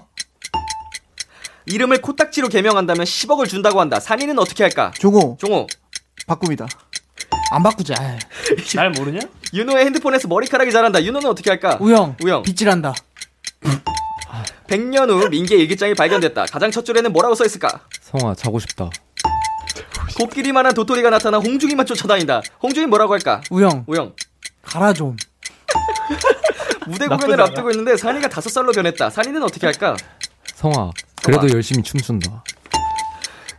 이름을 코딱지로 개명한다면 10억을 준다고 한다. 산이는 어떻게 할까?
종호
종호.
바꿉니다.
안 바꾸자. 에이.
잘 모르냐?
윤호의 핸드폰에서 머리카락이 자란다. 윤호는 어떻게 할까?
우영
우영.
빗질한다.
100년 후 민기의 일기장이 발견됐다. 가장 첫 줄에는 뭐라고 써 있을까?
성아 자고 싶다.
코끼리만한 도토리가 나타나 홍중이만 쫓아다닌다. 홍중이 뭐라고 할까?
우영
우영.
가라 좀.
무대 공연을 앞두고 있는데 산이가 다섯 살로 변했다. 산이는 어떻게 할까?
성아 그래도 열심히 춤춘다.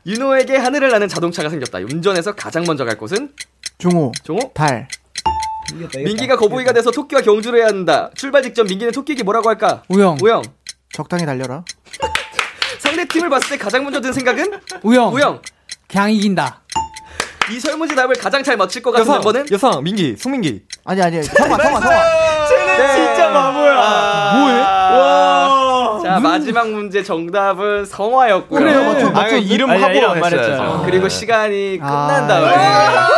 윤호에게 하늘을 나는 자동차가 생겼다. 운전해서 가장 먼저 갈 곳은
종호
종호.
달.
민기가 거북이가 돼서 토끼와 경주를 해야 한다. 출발 직전 민기는 토끼에게 뭐라고 할까?
우영
우영.
적당히 달려라.
상대 팀을 봤을 때 가장 먼저 든 생각은
우영
우영.
그냥 이긴다.
이 설문지 답을 가장 잘 맞출 것 같은
여상,
멤버는
여상, 민기, 송민기.
아니 아니. 성화 성화 성화.
쟤는 진짜 바보야. 뭐해? 네. 아. 와. 자 마지막 문제 정답은 성화였고요.
아, 그 이름
아니, 아니,
하고
이름 안 말했잖아.
했어야죠.
그리고 시간이 끝난
아.
다음에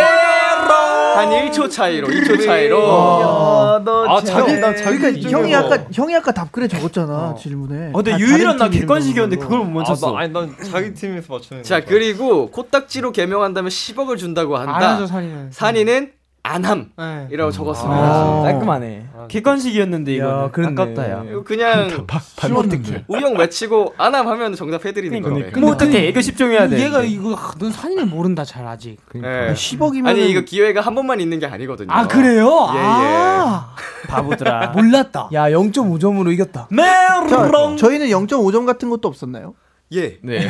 한 1초 차이로 2초 차이로
아 자기 나 자기
그러니까
이름이라고.
형이 아까 형이 아까 답글에 적었잖아
네.
질문에.
아, 근데
다- 다른
유일한 나
팀 이름
객관식이었는데
적은
그걸 못 맞췄어.
아, 나, 아니 난 자기 팀에서 맞추는.
자
거야.
그리고 코딱지로 개명한다면 10억을 준다고 한다.
산이는.
산이는
안함
이라고
적었습니다.
아.
깔끔하네.
객관식이었는데 이거 아깝다 야.
그냥
쉬웠는데.
우영 외치고 안함 하면 정답 해드리는 뭐 거예요. 그러니까.
얘가 이거 하, 넌 산이는 모른다 잘 아직.
예.
10억이면은-
아니 이거 기회가 한 번만 있는 게 아니거든요.
아 그래요?
예,
아
바보들아.
몰랐다.
야 0.5점으로 이겼다.
자, 저희는 0.5점 같은 것도 없었나요?
예. 네.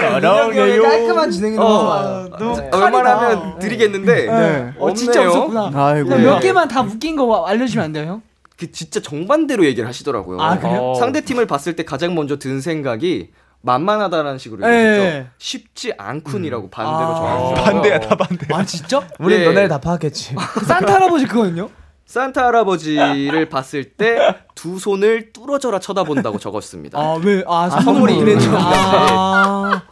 서러워요. 깔끔한 진행이
어,
너무 좋아요.
얼마나면 드리겠는데
네.
어, 진짜
없네요.
없었구나. 그냥 몇 개만 다 웃긴 거 알려주면 안 돼요, 형?
그 진짜 정반대로 얘기를 하시더라고요. 어.
아, 그래요?
상대 팀을 봤을 때 가장 먼저 든 생각이 만만하다라는 식으로
예.
얘기했죠. 쉽지 않군이라고 반대로
아.
정하셨어요.
반대야, 다
반대야.
아 진짜?
우린
예.
너네를 다 파악했지.
그 산타 할아버지 그거는요?
산타 할아버지를 봤을 때 두 손을 뚫어져라 쳐다본다고 적었습니다.
아 왜? 아,
선물이 있는 줄
아.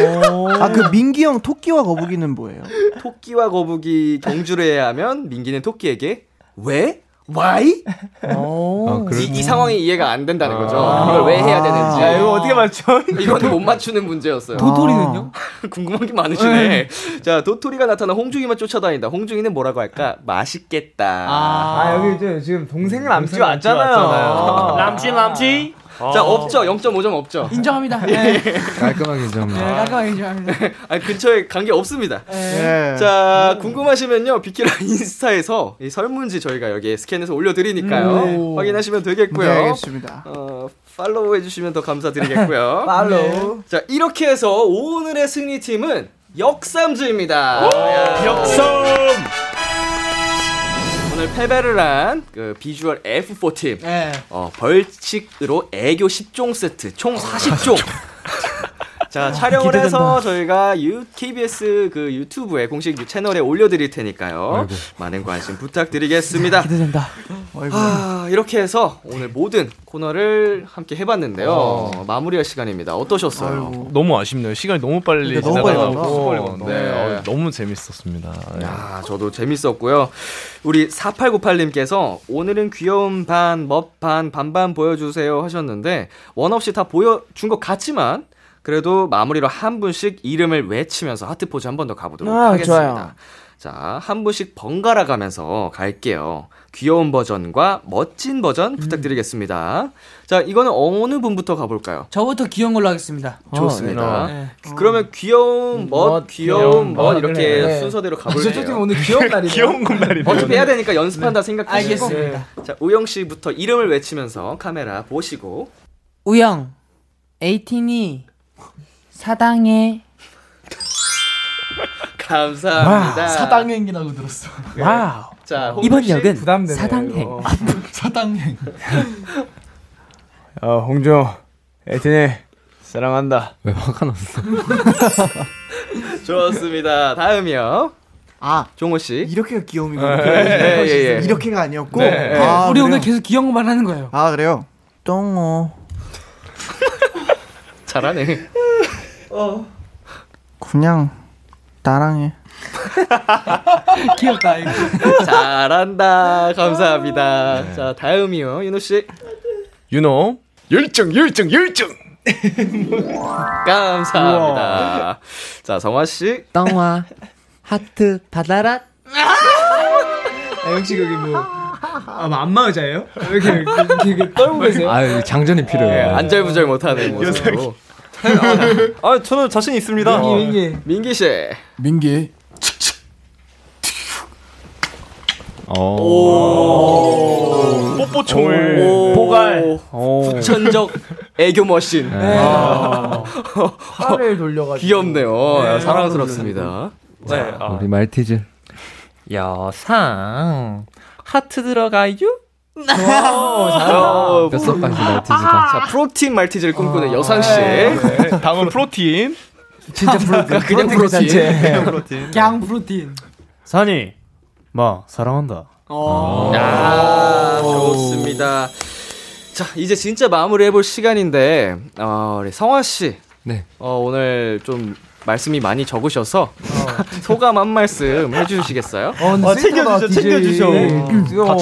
어.
아 그 민기 형 토끼와 거북이는 뭐예요?
토끼와 거북이 경주를 해야 하면 민기는 토끼에게 왜? Why?
아,
이, 이 상황이 이해가 안 된다는 거죠. 이걸 왜 해야 되는지.
야, 아. 이거 어떻게 맞춰?
이건 못 맞추는 문제였어요. 아,
도토리는요?
궁금한 게 많으시네. 자, 도토리가 나타나 홍중이만 쫓아다닌다. 홍중이는 뭐라고 할까? 맛있겠다.
아 여기 이제 지금 동생을 안지
왔잖아요.
왔잖아요. 아.
남지, 남지. 자, 없죠. 0.5점 없죠.
인정합니다.
예.
깔끔하게 좀.
네, 깔끔하게 인정합니다.
아 근처에 관계 없습니다.
네.
예.
자, 궁금하시면요. 비키라 인스타에서 이 설문지 저희가 여기 스캔해서 올려드리니까요.
음.
확인하시면 되겠고요.
네, 알겠습니다.
어, 팔로우 해주시면 더 감사드리겠고요. 네.
팔로우.
자, 이렇게 해서 오늘의 승리팀은 역삼주입니다. 야. 오늘 패배를 한 그 비주얼 F4 팀.
네.
어, 벌칙으로 애교 10종 세트 총 40종. 자, 촬영을 해서
기대된다.
저희가 유, KBS 그 유튜브에 공식 채널에 올려드릴 테니까요. 많은 관심 부탁드리겠습니다.
기대된다.
아, 이렇게 해서 오늘 모든 코너를 함께 해봤는데요.
어.
마무리할 시간입니다. 어떠셨어요?
너무 아쉽네요. 시간이 너무 빨리
그러니까 너무
지나가고
빨리
너무 빨리
갔어.
갔는데
네.
어, 너무 재밌었습니다. 예.
야, 저도 재밌었고요. 우리 4898님께서 오늘은 귀여운 반, 멋 반, 반반 보여주세요 하셨는데 원 없이 다 보여준 것 같지만 그래도 마무리로 한 분씩 이름을 외치면서 하트 포즈 한 번 더 가보도록
아,
하겠습니다.
좋아요.
자, 한 분씩 번갈아 가면서 갈게요. 귀여운 버전과 멋진
음.
버전 부탁드리겠습니다. 자, 이거는 어느 분부터 가볼까요?
저부터 귀여운 걸로 하겠습니다.
어, 좋습니다.
네.
그러면 귀여운 멋, 귀여운
귀여운
멋
멋,
이렇게
그래.
순서대로
아,
가볼게요.
저쪽이 오늘 귀여운 날이네요. 귀여운 건 날이네요.
어차피 해야 되니까 연습한다 생각하시고.
알겠습니다.
네. 자 우영 씨부터 이름을 외치면서 카메라 보시고
우영, 에이틴이 사당에
감사합니다.
사당행이라고 들었어.
네. 자 홍 씨.
부담되네요, 어. 이거.
사당행.
네.
어, 홍조, 에티니 사랑한다.
왜 화가 났어?
좋습니다. 다음이요.
아
종호 씨
이렇게가 귀여움이군요.
예, 예, 예.
네, 이렇게가 아니었고
네.
아,
우리
그래요?
오늘 계속 귀여운 것만 하는 거예요.
아 그래요? 똥어
잘하네.
어. 그냥 나랑해.
귀엽다 이거.
잘한다. 감사합니다. 자 다음이요. 윤호 씨.
윤호 열정 열정 열정.
감사합니다. 자 성화 씨.
똥화 하트 받아라.
아, 역시 거기 뭐 아, 뭐 안마의자예요? 이렇게 이렇게, 이렇게 떨고 계세요?
아, 장전이 필요해요.
안절부절
네,
못하는 모습으로. 아 저는 자신 있습니다. 어. 민기 민기 씨.
민기.
어, 뽀뽀총을
보갈 네. 후천적 애교 머신 아.
팔을 돌려가지고
귀엽네요 야, 사랑스럽습니다
네. 아,
우리 말티즈.
여상 하트 들어가요?
어, 아.
몇 속까지 말티즈가.
자 프로틴 말티즈를 꿈꾸는 여상 씨
다음은 프로틴.
아,
진짜 프로틴.
네. 그냥
프로틴
프로틴
자체.
그냥 프로틴
양 프로틴.
산이 마 사랑한다. 어.
어. 아, 좋습니다. 자, 이제 진짜 마무리해볼 시간인데, 어, 우리 성화 씨
네.
어, 오늘 좀 말씀이 많이 적으셔서 소감 한 말씀 해주시겠어요?
근데 센터다, DJ. 네. 귀여워.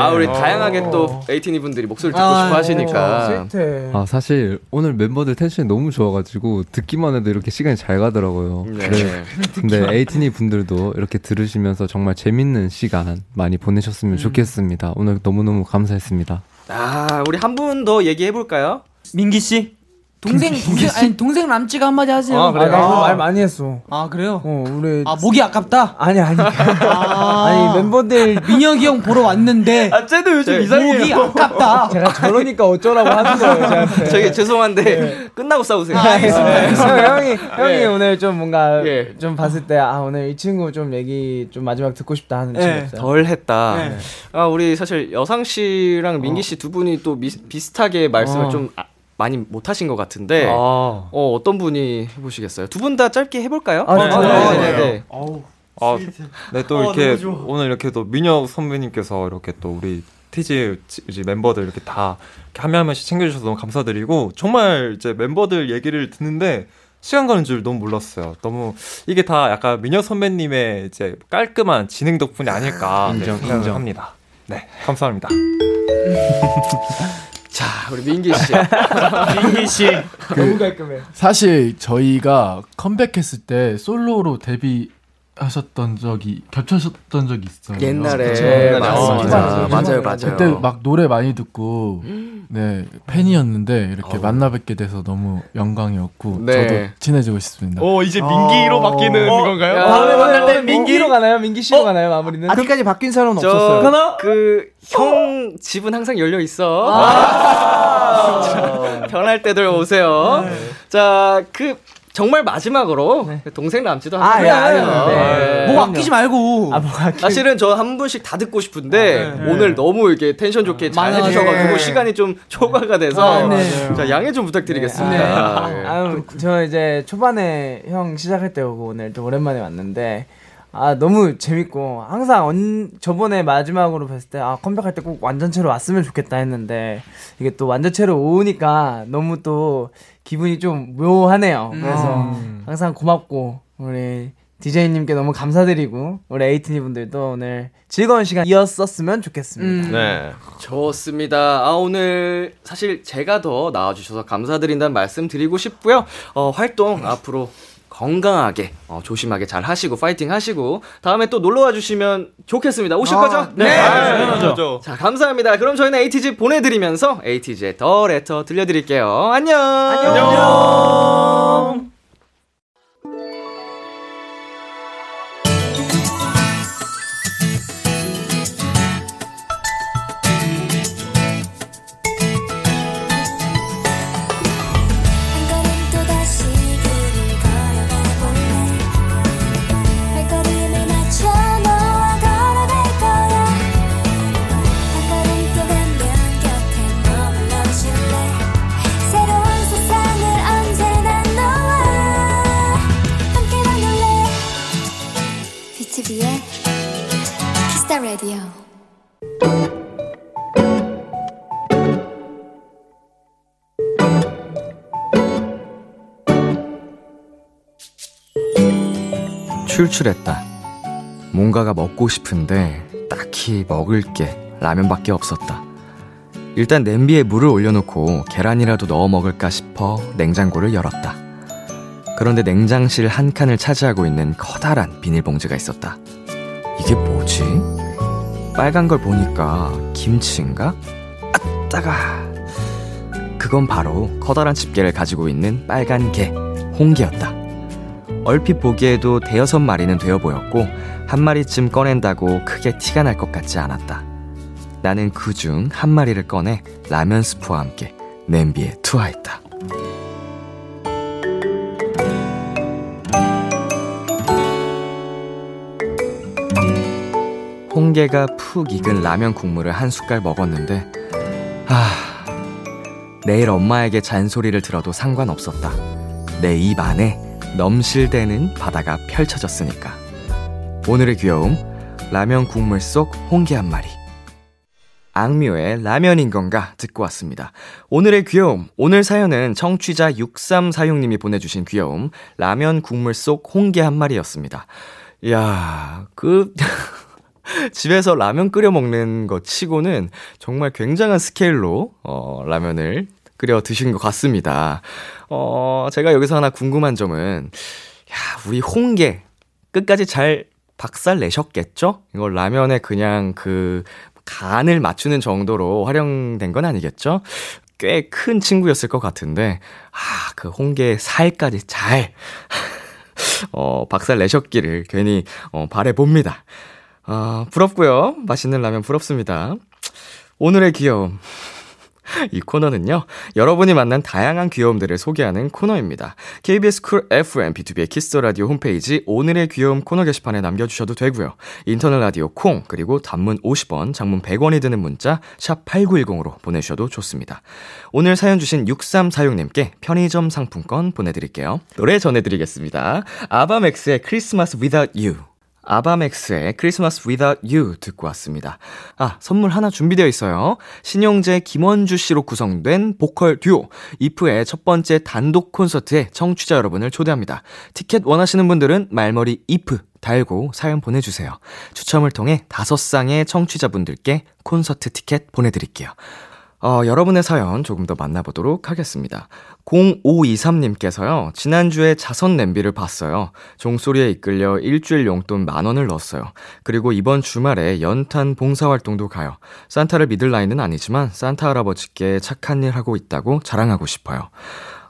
아 우리
어.
다양하게 또 에이틴이 분들이 목소리 듣고
아,
싶어
네.
하시니까.
아 사실 오늘 멤버들 텐션이 너무 좋아가지고 듣기만 해도 이렇게 시간이 잘 가더라고요.
네.
근데 에이티니 분들도 이렇게 들으시면서 정말 재밌는 시간 많이 보내셨으면 좋겠습니다. 오늘 너무너무 감사했습니다.
아 우리 한 분 더 얘기해 볼까요?
민기 씨.
동생 동생 아니 동생 람찌가 한마디 하세요.
아, 나 이거 말 많이 했어.
아 그래요?
어 우리
아 목이 아깝다?
아니 아니.
아,
아니 멤버들
민혁이 형 보러 왔는데.
아 쟤도
요즘 이상해요. 목이 아깝다.
제가 저러니까 어쩌라고 하는 거예요. 저한테. 네. 아,
저기 죄송한데 끝나고
아,
싸우세요. 네.
형, 형이 형이
예.
오늘 좀 뭔가
예.
좀 봤을 때 아 오늘 이 친구 좀 얘기 좀 마지막 듣고 싶다
예,
하는 친구 없어요?
네. 덜 했다.
네.
아, 우리 사실 여상 씨랑 민기 씨 두 분이 또 미- 비슷하게 말씀을
어.
좀 아- 많이 못 하신 것 같은데,
아.
어, 어떤 분이 해보시겠어요? 두 분 다 짧게 해볼까요? 어,
아, 네, 좋아요.
네.
아, 네, 또
어,
이렇게
너무 좋아.
오늘 이렇게 또 민혁 선배님께서 이렇게 또 우리 TG 이제 멤버들 이렇게 다 이렇게 한명 한 명씩 챙겨주셔서 너무 감사드리고 정말 이제 멤버들 얘기를 듣는데 시간 가는 줄 너무 몰랐어요. 너무 이게 다 약간 민혁 선배님의 이제 깔끔한 진행 덕분이 아닐까 네,
인정,
생각을
인정.
합니다. 네, 감사합니다.
자, 아, 우리 민기 씨.
민기 씨.
너무 깔끔해. 그 사실 저희가 컴백했을 때 솔로로 데뷔 하셨던 적이 겹쳤었던 적이 있어요.
옛날에.
그쵸? 네,
옛날에 네, 맞습니다. 맞아요, 맞아요, 음. 맞아요.
그때 막 노래 많이 듣고 네 팬이었는데 이렇게 만나 뵙게 돼서 너무 영광이었고
네.
저도 친해지고 싶습니다.
오 어, 이제 민기로 바뀌는
어.
건가요? 어?
야, 다음에 만날
어,
때 민기로 가나요? 민기 씨로 가나요? 마무리는
아직까지 바뀐 사람은
저, 그, 형 집은 항상 열려 있어. 변할 때들 오세요.
네.
자, 그, 정말 마지막으로 동생 남지도 한
아,
번
예,
해야죠.
예, 예. 목 아끼지 말고.
사실은 저 한 분씩 다 듣고
아,
싶은데
네.
오늘 너무 이렇게 텐션 좋게 잘
많아가지고.
해주셔가지고
네.
시간이 좀 초과가 돼서
아, 네.
자 양해 좀 부탁드리겠습니다. 네.
아유, 저 이제 초반에 형 시작할 때 오고 오늘 또 오랜만에 왔는데 아 너무 재밌고 항상 언, 저번에 마지막으로 뵀을 때 아 컴백할 때 꼭 완전체로 왔으면 좋겠다 했는데 이게 또 완전체로 오니까 너무 또 기분이 좀 묘하네요. 그래서 항상 고맙고 우리 DJ님께 너무 감사드리고 우리 에이티니 분들도 오늘 즐거운 시간이었었으면 좋겠습니다.
네. 좋습니다. 아, 오늘 사실 제가 더 나와주셔서 감사드린다는 말씀 드리고 싶고요. 어, 활동 앞으로 건강하게, 어, 조심하게 잘 하시고, 파이팅 하시고, 다음에 또 놀러와 주시면 좋겠습니다. 오실
아,
거죠?
네. 아, 당연하죠.
자, 감사합니다. 그럼 저희는 ATG 보내드리면서 ATG의 더 레터 들려드릴게요. 안녕! 안녕!
한 걸음 또다시 길을 걸어가 볼래 발걸음을 맞춰 너와 걸어갈 거야 한 걸음 또 가면 곁에 머물러 줄래 새로운 세상을 언제나 너와 함께 만들래 BTOB의 키스타 라디오
출출했다. 뭔가가 먹고 싶은데 딱히 먹을 게 라면밖에 없었다. 일단 냄비에 물을 올려놓고 계란이라도 넣어 먹을까 싶어 냉장고를 열었다. 그런데 냉장실 한 칸을 차지하고 있는 커다란 비닐봉지가 있었다. 이게 뭐지? 빨간 걸 보니까 김치인가? 아, 따가. 그건 바로 커다란 집게를 가지고 있는 빨간 개, 홍게였다. 얼핏 보기에도 대여섯 마리는 되어 보였고 한 마리쯤 꺼낸다고 크게 티가 날 것 같지 않았다. 나는 그 중 한 마리를 꺼내 라면 스프와 함께 냄비에 투하했다. 홍게가 푹 익은 라면 국물을 한 숟갈 먹었는데 아 내일 엄마에게 잔소리를 들어도 상관없었다. 내 입 안에 넘실대는 바다가 펼쳐졌으니까. 오늘의 귀여움, 라면 국물 속 홍게 한 마리. 악뮤의 라면인 건가 듣고 왔습니다. 오늘의 귀여움. 오늘 사연은 청취자 6346님이 보내주신 귀여움. 라면 국물 속 홍게 한 마리였습니다. 이야, 그, 집에서 라면 끓여 먹는 것 치고는 정말 굉장한 스케일로, 어, 라면을 끓여 드신 것 같습니다. 어, 제가 여기서 하나 궁금한 점은, 야, 우리 홍게 끝까지 잘 박살 내셨겠죠? 이거 라면에 그냥 그 간을 맞추는 정도로 활용된 건 아니겠죠? 꽤 큰 친구였을 것 같은데, 아, 그 홍게 살까지 잘, 어, 박살 내셨기를 괜히, 어, 바래봅니다. 아, 부럽고요 맛있는 라면 부럽습니다. 오늘의 귀여움. 이 코너는요, 여러분이 만난 다양한 귀여움들을 소개하는 코너입니다. KBS 쿨 FM B2B의 키스터 라디오 홈페이지 오늘의 귀여움 코너 게시판에 남겨주셔도 되고요. 인터넷 라디오 콩 그리고 단문 50원, 장문 100원이 드는 문자 샵 #8910으로 보내주셔도 좋습니다. 오늘 사연 주신 6346님께 편의점 상품권 보내드릴게요. 노래 전해드리겠습니다. 아바맥스의 Christmas Without You. 아바맥스의 크리스마스 Without You 듣고 왔습니다. 아, 선물 하나 준비되어 있어요. 신용재 김원주 씨로 구성된 보컬 듀오, 이프의 첫 번째 단독 콘서트에 청취자 여러분을 초대합니다. 티켓 원하시는 분들은 말머리 이프 달고 사연 보내주세요. 추첨을 통해 다섯 쌍의 청취자분들께 콘서트 티켓 보내드릴게요. 어, 여러분의 사연 조금 더 만나보도록 하겠습니다. 0523님께서요, 지난주에 자선 냄비를 봤어요. 종소리에 이끌려 일주일 용돈 만원을 넣었어요. 그리고 이번 주말에 연탄 봉사활동도 가요. 산타를 믿을 나이는 아니지만, 산타 할아버지께 착한 일 하고 있다고 자랑하고 싶어요.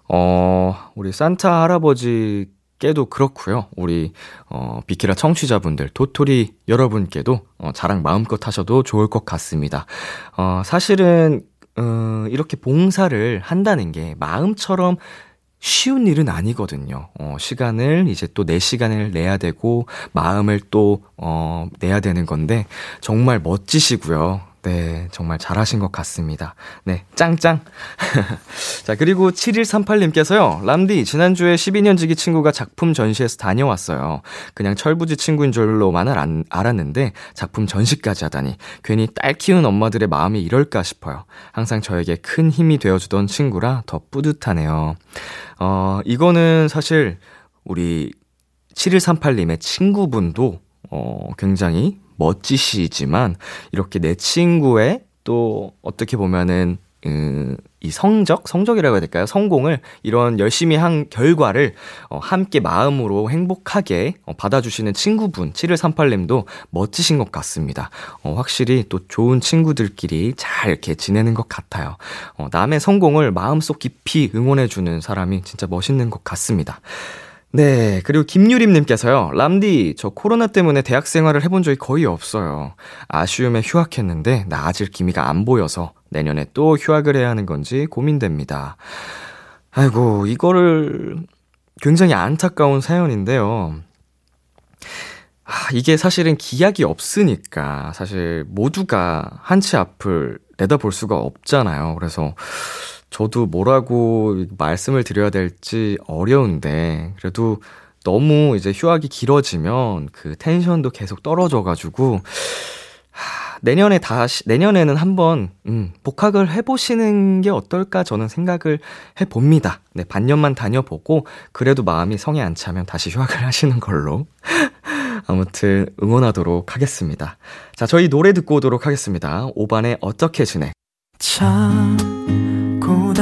어, 우리 산타 할아버지 께도 그렇고요. 우리 어 비키라 청취자분들 도토리 여러분께도 어 자랑 마음껏 하셔도 좋을 것 같습니다. 어 사실은 음 이렇게 봉사를 한다는 게 마음처럼 쉬운 일은 아니거든요. 어, 시간을 이제 또 내 시간을 내야 되고 마음을 또 어, 내야 되는 건데 정말 멋지시고요. 네, 정말 잘하신 것 같습니다. 네, 짱짱. 자, 그리고 7138님께서요, 람디, 지난주에 12년 지기 친구가 작품 전시에서 다녀왔어요. 그냥 철부지 친구인 줄로만 알- 알았는데, 작품 전시까지 하다니, 괜히 딸 키운 엄마들의 마음이 이럴까 싶어요. 항상 저에게 큰 힘이 되어주던 친구라 더 뿌듯하네요. 어, 이거는 사실, 우리 7138님의 친구분도 어, 굉장히 멋지시지만 이렇게 내 친구의 또 어떻게 보면은 음, 이 성적, 성적이라고 해야 될까요? 성공을 이런 열심히 한 결과를 어, 함께 마음으로 행복하게 어, 받아주시는 친구분 7138님도 멋지신 것 같습니다. 어, 확실히 또 좋은 친구들끼리 잘 이렇게 지내는 것 같아요. 어, 남의 성공을 마음속 깊이 응원해주는 사람이 진짜 멋있는 것 같습니다. 네, 그리고 김유림님께서요, 람디, 저 코로나 때문에 대학 생활을 해본 적이 거의 없어요. 아쉬움에 휴학했는데, 나아질 기미가 안 보여서 내년에 또 휴학을 해야 하는 건지 고민됩니다. 아이고, 이거를 굉장히 안타까운 사연인데요. 아, 이게 사실은 기약이 없으니까, 사실 모두가 한치 앞을 내다볼 수가 없잖아요. 그래서, 저도 뭐라고 말씀을 드려야 될지 어려운데 그래도 너무 이제 휴학이 길어지면 그 텐션도 계속 떨어져가지고 하, 내년에 다시 내년에는 한번 음, 복학을 해보시는 게 어떨까 저는 생각을 해봅니다. 네 반년만 다녀보고 그래도 마음이 성에 안 차면 다시 휴학을 하시는 걸로 아무튼 응원하도록 하겠습니다. 자 저희 노래 듣고 오도록 하겠습니다. 오반의 어떻게 지내?
참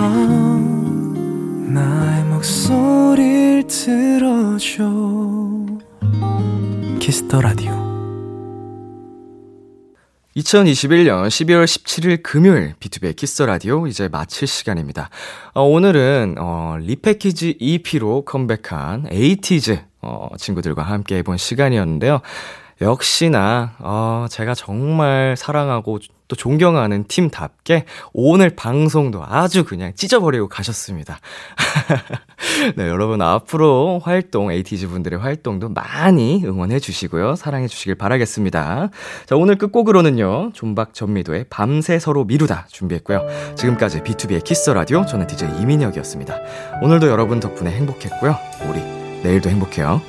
밤 나의 목소리를 들어줘 키스터 라디오
2021년 12월 17일 금요일 B2B의 키스 라디오 이제 마칠 시간입니다. 어, 오늘은 어, 리패키지 EP로 컴백한 에이티즈 어, 친구들과 함께 해본 시간이었는데요. 역시나 어, 제가 정말 사랑하고 또 존경하는 팀답게 오늘 방송도 아주 그냥 찢어버리고 가셨습니다. 네, 여러분 앞으로 활동 ATG 분들의 활동도 많이 응원해 주시고요. 사랑해 주시길 바라겠습니다. 자, 오늘 끝곡으로는요. 존박 전미도의 밤새 서로 미루다 준비했고요. 지금까지 B2B의 키스 라디오 저는 DJ 이민혁이었습니다. 오늘도 여러분 덕분에 행복했고요. 우리 내일도 행복해요.